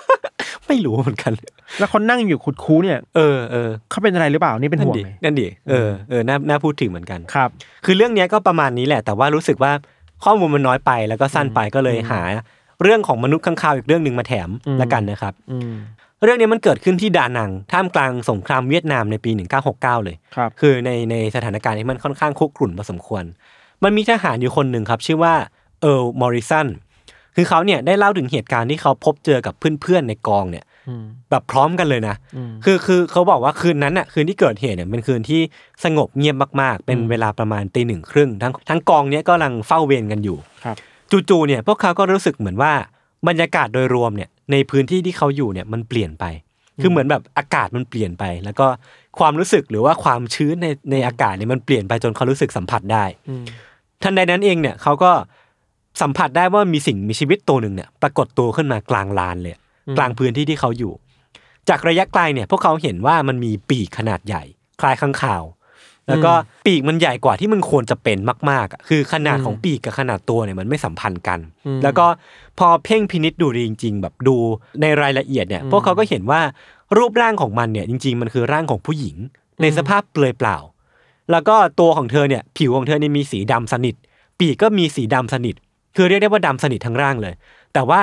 A: ไม่รู้เหมือนกัน
B: แล้วคนนั่งอยู่ขุดคูเนี่ย
A: เออเออ
B: เขาเป็นอะไรหรือเปล่านี่เป็น
A: นั่น
B: ห่วง
A: ดิ
B: เลย
A: นั่นดิเออเออน่าน่าพูดถึงเหมือนกัน
B: ครับ
A: คือเรื่องเนี้ยก็ประมาณนี้แหละ แต่ว่ารู้สึกว่าข้อมูลมันน้อยไปแล้วก็สั้นไปก็เลยหา เรื่องของมนุษย์ข้างคาวอีกเรื่องหนึ่งมาแถม
B: อืม
A: ละกันนะครับ
B: อืม
A: เรื่องนี้มันเกิดขึ้นที่ดานัง ท่ามกลางสงครามเวียดนามในปี 1969 เลย
B: ครับ
A: คือในในสถานการณ์ที่มันค่อนข้างคุกรุ่นพอสมควร มันมีทหารอยู่คนหนึ่งครับ ชื่อว่าเอ r ร์มอริสันคือเขาเนี่ยได้เล่าถึงเหตุการณ์ที่เขาพบเจอกับเพื่อนๆในกองเนี่ย
B: อืม
A: แบบพร้อมกันเลยนะ
B: อืม
A: คือคือเขาบอกว่าคืนนั้นน่ะคืนที่เกิดเหตุเนี่ยเป็นคืนที่สงบเงียบมากๆ เป็นเวลาประมาณตีหนึ่งครึ่งทั้งทั้งกองเนี้ยก็กำลังเฝ้าเวรกันอยู่
B: ครับ
A: จู่ๆเนี่ยพวกเขาก็รู้สึกเหมือนว่าบรรยากาศโดยรวมเนี่ยในพื้นที่ที่เขาอยู่เนี่ยมันเปลี่ยนไป คือเหมือนแบบอากาศมันเปลี่ยนไป แล้วก็ความรู้สึกหรือว่าความชื้นในในอากาศเนี่ยมันเปลี่ยนไปจนเขารู้สึกสัมผัสได้
B: อืม
A: ทันใดนั้นเองเนี่ยเขาก็สัมผัสได้ว่ามีสิ่งมีชีวิตตัวหนึ่งเนี่ยปรากฏตัวขึ้นมากลางลานเลย กลางพื้นที่ที่เขาอยู่ จากระยะไกลเนี่ยพวกเขาเห็นว่ามันมีปีกขนาดใหญ่ คล้ายข้างข่าว แล้วก็ปีกมันใหญ่กว่าที่มันควรจะเป็นมากๆอะคือขนาดของปีกกับขนาดตัวเนี่ยมันไม่สัมพันธ์กัน
B: อืม
A: แล้วก็พอเพ่งพินิษดูดีจริง ๆ แบบดูในรายละเอียดเนี่ย พวกเขาก็เห็นว่ารูปร่างของมันเนี่ยจริง ๆ มันคือร่างของผู้หญิง ในสภาพเปลือยเปล่า แล้วก็ตัวของเธอเนี่ยผิวของเธอเนี่ยมีสีดำสนิท ปีกก็มีสีดำสนิท คือเรียกได้ว่าดำสนิททั้งร่างเลย แต่ว่า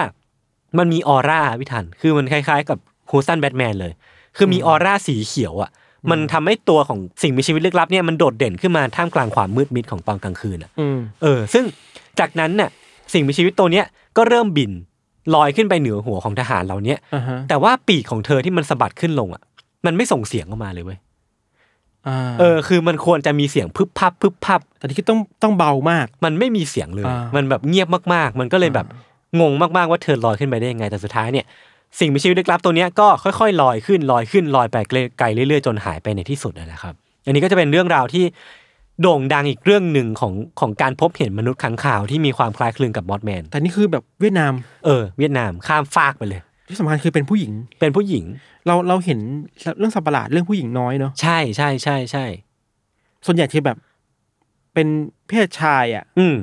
A: มันมีออร่าพิทัน คือมันคล้ายๆ กับฮูสตันแบทแมนเลย คือมีออร่าสีเขียวอะ่ะ มันทำให้ตัวของสิ่งมีชีวิตลึกลับเนี่ยมันโดดเด่นขึ้นมาท่ามกลางความมืดมิดของตอนกลางคืนอะ
B: อืม
A: เออซึ่งจากนั้นน่ะสิ่งมีชีวิตตัวเนี้ยก็เริ่มบินลอยขึ้นไปเหนือหัวของทหารเราเนี้ย
B: อ่าฮะ
A: แต่ว่าปีกของเธอที่มันสะบัดขึ้นลงอ่ะ มันไม่ส่งเสียงออกมาเลยเว้ย
B: อ่า
A: เออคือมันควรจะมีเสียงพึบพับพึบพับ
B: แต่ที่คิดต้องต้องเบามาก
A: มันไม่มีเสียงเลย
B: อ่ามั
A: มันแบบเงียบมากๆ มันก็เลยแบบงงมากๆว่าเธอลอยขึ้นไปได้ยังไง แต่สุดท้ายเนี่ยสิ่งมีชีวิตลึกลับตัวเนี้ยก็ค่อยๆลอยขึ้นลอยขึ้นลอยไปไกลๆเรื่อยๆจนหายไปในที่สุดนะครับ อันนี้ก็จะเป็นเรื่องราวที่โด่งดังอีกเรื่องหนึ่งของของการพบเห็นมนุษย์ค้างคาวที่มีความคล้ายคลึงกับมอสแมน
B: แต่นี่คือแบบเวียดนาม
A: เออเวียดนามข้ามฟากไปเลย
B: ที่สำคัญคือเป็นผู้หญิง
A: เป็นผู้หญิง
B: เราเราเห็นเรื่องสัตว์ประหลาดเรื่องผู้หญิงน้อยเนาะ
A: ใช่ใช่ใช่ใช่
B: ส่วนใหญ่คือแบบ เป็นเพศชายอ่ะ
A: อืม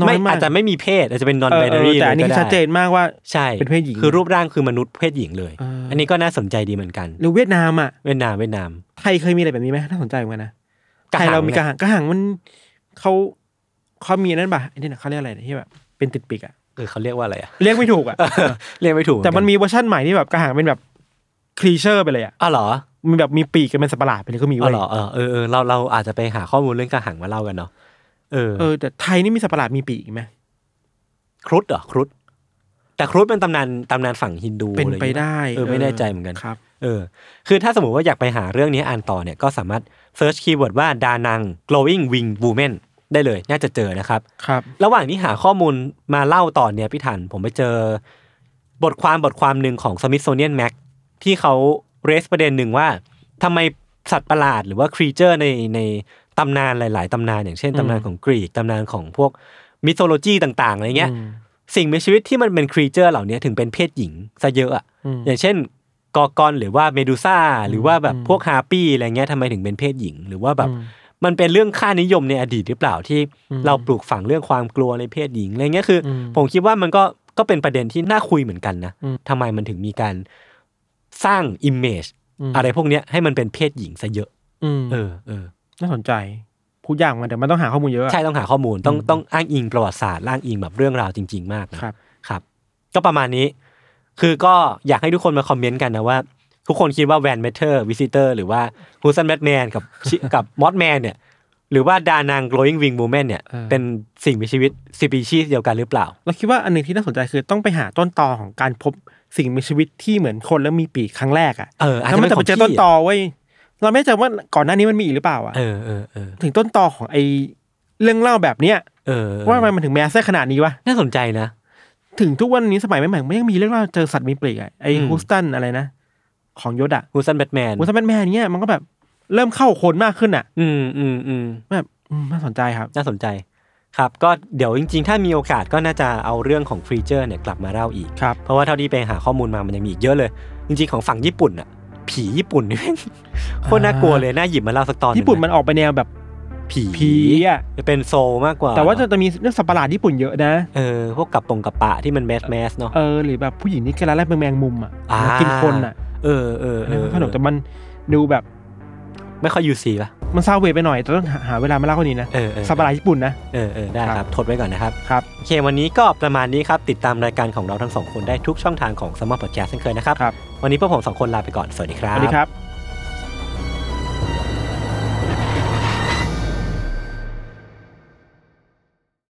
B: น้อย
A: ไม่
B: มาก
A: อาจจะไม่มีเพศอาจจะเป็น non
B: เออเอ
A: binary
B: อแต่อันนี้
A: ลยก็ไ
B: ชัดเจนมากว่า
A: ใช่
B: เป็นเพศหญิง
A: คือรูปร่างคือมนุษย์เพศหญิงเลย
B: เอออั
A: อันนี้ก็น่าสนใจดีเหมือนกัน
B: หรือเวียดนามอ่ะ
A: เวียดนามเวียดนาม
B: ไทยเคยมีอะไรแบบนี้ไหมน่าสนใจเหมือนกันนะ
A: กระ
B: ไท
A: หั
B: ย
A: ง
B: เรามี
A: เนี่ย
B: กระหังกระหังมันเขาเขามีอันนั่นป่ะไอ้นี่นะเขาเรียกอะไรนะที่แบบเป็นติดปีกอ่ะ
A: คือเขาเรียกว่าอะไรอ่ะ
B: เรียกไม่ถูก อ่ะ
A: เรียกไม่ถูกเหอ
B: แต่
A: กั
B: มันมีเวอร์ชั่นใหม่ที่แบบกระหังเป็นแบบคลีเชอร์ไปเลยอ่ะ
A: อ๋อเหรอ
B: มันแบบมีปีกกันเป็นสัตว์ประหลาดไปเลยก็มี
A: อ๋อ
B: เว้ย
A: เหรอเออเออเออเราเราอาจจะไปหาข้อมูลเรื่องกระหังมาเล่ากันเนาะเออ
B: เออแต่ไทยนี่มีสัตว์ประหลาดมีปีกอีกไหม
A: ครุฑเหรอครุฑแต่ครุฑเป็นตำนานตำนานฝั่งฮินดู
B: เป็น
A: อะไรอย่าง
B: ไป
A: งี้ย
B: ได้
A: เออไม่แน่ใจเหมือนกัน
B: ครับ
A: เออ คือถ้าสมมติว่าอยากไปหาเรื่องนี้อ่านต่อเนี่ยก็สามารถเซิร์ชคีย์เวิร์ดว่าดานัง glowing wing woman ได้เลย น่าจะเจอนะครับ
B: ครับ
A: ระหว่างที่หาข้อมูลมาเล่าต่อเนี่ยพี่ถันผมไปเจอ บทความบทความหนึ่งของ Smithsonian Mac ที่เขาเรสประเด็นหนึ่งว่าทำไมสัตว์ประหลาดหรือว่าครีเจอร์ในในตำนานหลาย ๆ ตำนาน อย่างเช่นตำนานของกรีกตำนานของพวก มิโซโลจีต่างๆอะไรเงี้ย
B: อืม
A: สิ่งมีชีวิตที่มันเป็นครีเจอร์เหล่านี้ถึงเป็นเพศหญิงซะเยอะอะ
B: อืม
A: อย่างเช่นกอกอนหรือว่าเมดูซ่าหรือว่าแบบพวกฮาร์ปี้อะไรเงี้ยทำไมถึงเป็นเพศหญิง หรือว่าแบบ
B: อืม
A: มันเป็นเรื่องค่านิยมในอดีตหรือเปล่าที่
B: อืม
A: เราปลูกฝังเรื่องความกลัวในเพศหญิงอะไรเงี้ยคืออ
B: ม
A: ผมคิดว่ามันก็ก็เป็นประเด็นที่น่าคุยเหมือนกันนะ
B: อืม
A: ทำไมมันถึงมีการสร้างอิมเมจอะไรพวกเนี้ยให้มันเป็นเพศหญิงซะเยอะ
B: อืม
A: เออเออ
B: น่าสนใจพูดยากเหมือนกันแต่มันต้องหาข้อมูลเยอะอะ
A: ใช่ต้องหาข้อมูลต้องต้องอ้างอิงประวัติศาสตร์อ้างอิงแบบเรื่องราวจริง ๆ มากนะครับ ครับ ก็ประมาณนี้ คือก็อยากให้ทุกคนมาคอมเมนต์กันนะว่า ทุกคนคิดว่าแวนเมเทอร์วิซิเตอร์หรือว่าฮูซันแบทแมนกับชิกับมอสแมนเนี่ย หรือว่าดานาง glowing wing woman เนี่ย เป็นสิ่งมีชีวิตสปีชีส์เดียวกันหรือเปล่า
B: เราคิดว่าอันหนึ่งที่น่าสนใจคือต้องไปหาต้นตอของการพบสิ่งมีชีวิตที่เหมือนคนแล้วมีปีกครั้งแรกอ่ะ
A: เอออาจ
B: แล้ว
A: จะ
B: มั
A: เป็น
B: จะ
A: ของพี่
B: ไปเจอต้นต
A: อะ
B: อไว้ยเราไม่แน่ใจว่าก่อนหน้านี้มันมีอีกหรือเปล่าอ่ะ
A: เออเออเออ
B: ถึงต้นตอของไอเรื่องเล่าแบบเนี้ย
A: เออ
B: ว่ามันถึงแมสได้ขนาดนี้วะ
A: น่าสนใจนะ
B: ถึงทุกวันนี้สมัยใหม่ๆมันยังมีเรื่องเล่าเจอสัตว์มีปีกอะไอ
A: อืม
B: ฮูสตันอะไรนะของยศอ่ะ
A: ฮูซันแบทแมน
B: ฮูสตันแมนเนี้ยมันก็แบบเริ่มเข้าคนมากขึ้นอ่ะ
A: อืมอืมอืม
B: แบบอืมน่าสนใจครับ
A: น่าสนใจครับก็เดี๋ยวจริงๆ ถ้ามีโอกาสก็น่าจะเอาเรื่องของฟรีเจอร์เนี่ยกลับมาเล่าอีก
B: ครับ
A: เพราะว่าเท่าที่ไปหาข้อมูลมามันยังมีอีกเยอะเลย จริงๆ ของฝั่งญี่ปุ่นอะผีญี่ปุ่นนี่แม่ งโคตรน่ากลัวเลยน่าหยิบมาเล่าสักตอนหงะ
B: ญี่ปุ่นมันออกไปแนวแบบ
A: ผี
B: ผีอ่ะ
A: จะเป็นโซลมากกว่า
B: แต่ว่าจะจะมีเรื่องสัตว์ประหลาดญี่ปุ่นเยอะนะ
A: เออพวกกับปงกับปะที่มันแมสแมสเนาะ
B: เออหรือแบบผู้หญิงที่กระไรเป็นแมงมุมอ่ะ
A: อ่า
B: มากินคนอ่ะ
A: เออเออเออ
B: ขนมแต่มันดูแบบ
A: ไม่ค่อยยูซีป่ะ
B: มันซาเวทไปหน่อยแต่ต้องหาหาเวลามาเล่าคนนี้นะ
A: เออเออ
B: สัปดาห์ญี่ปุ่นนะ
A: เออเออได้ค
B: ครั
A: รับบ ทดไว้ก่อนนะครับ
B: ครับ
A: โอเค วันนี้ก็ประมาณนี้ครับ ติดตามรายการของเราทั้งสองคนได้ทุกช่องทางของสมาร์ทพอดแคสต์เช่นเคยนะครับ
B: ครับ
A: วันนี้พวกผมสองคนลาไปก่อนสวัสดีค
B: ส
A: รับ
B: วัสดีครับ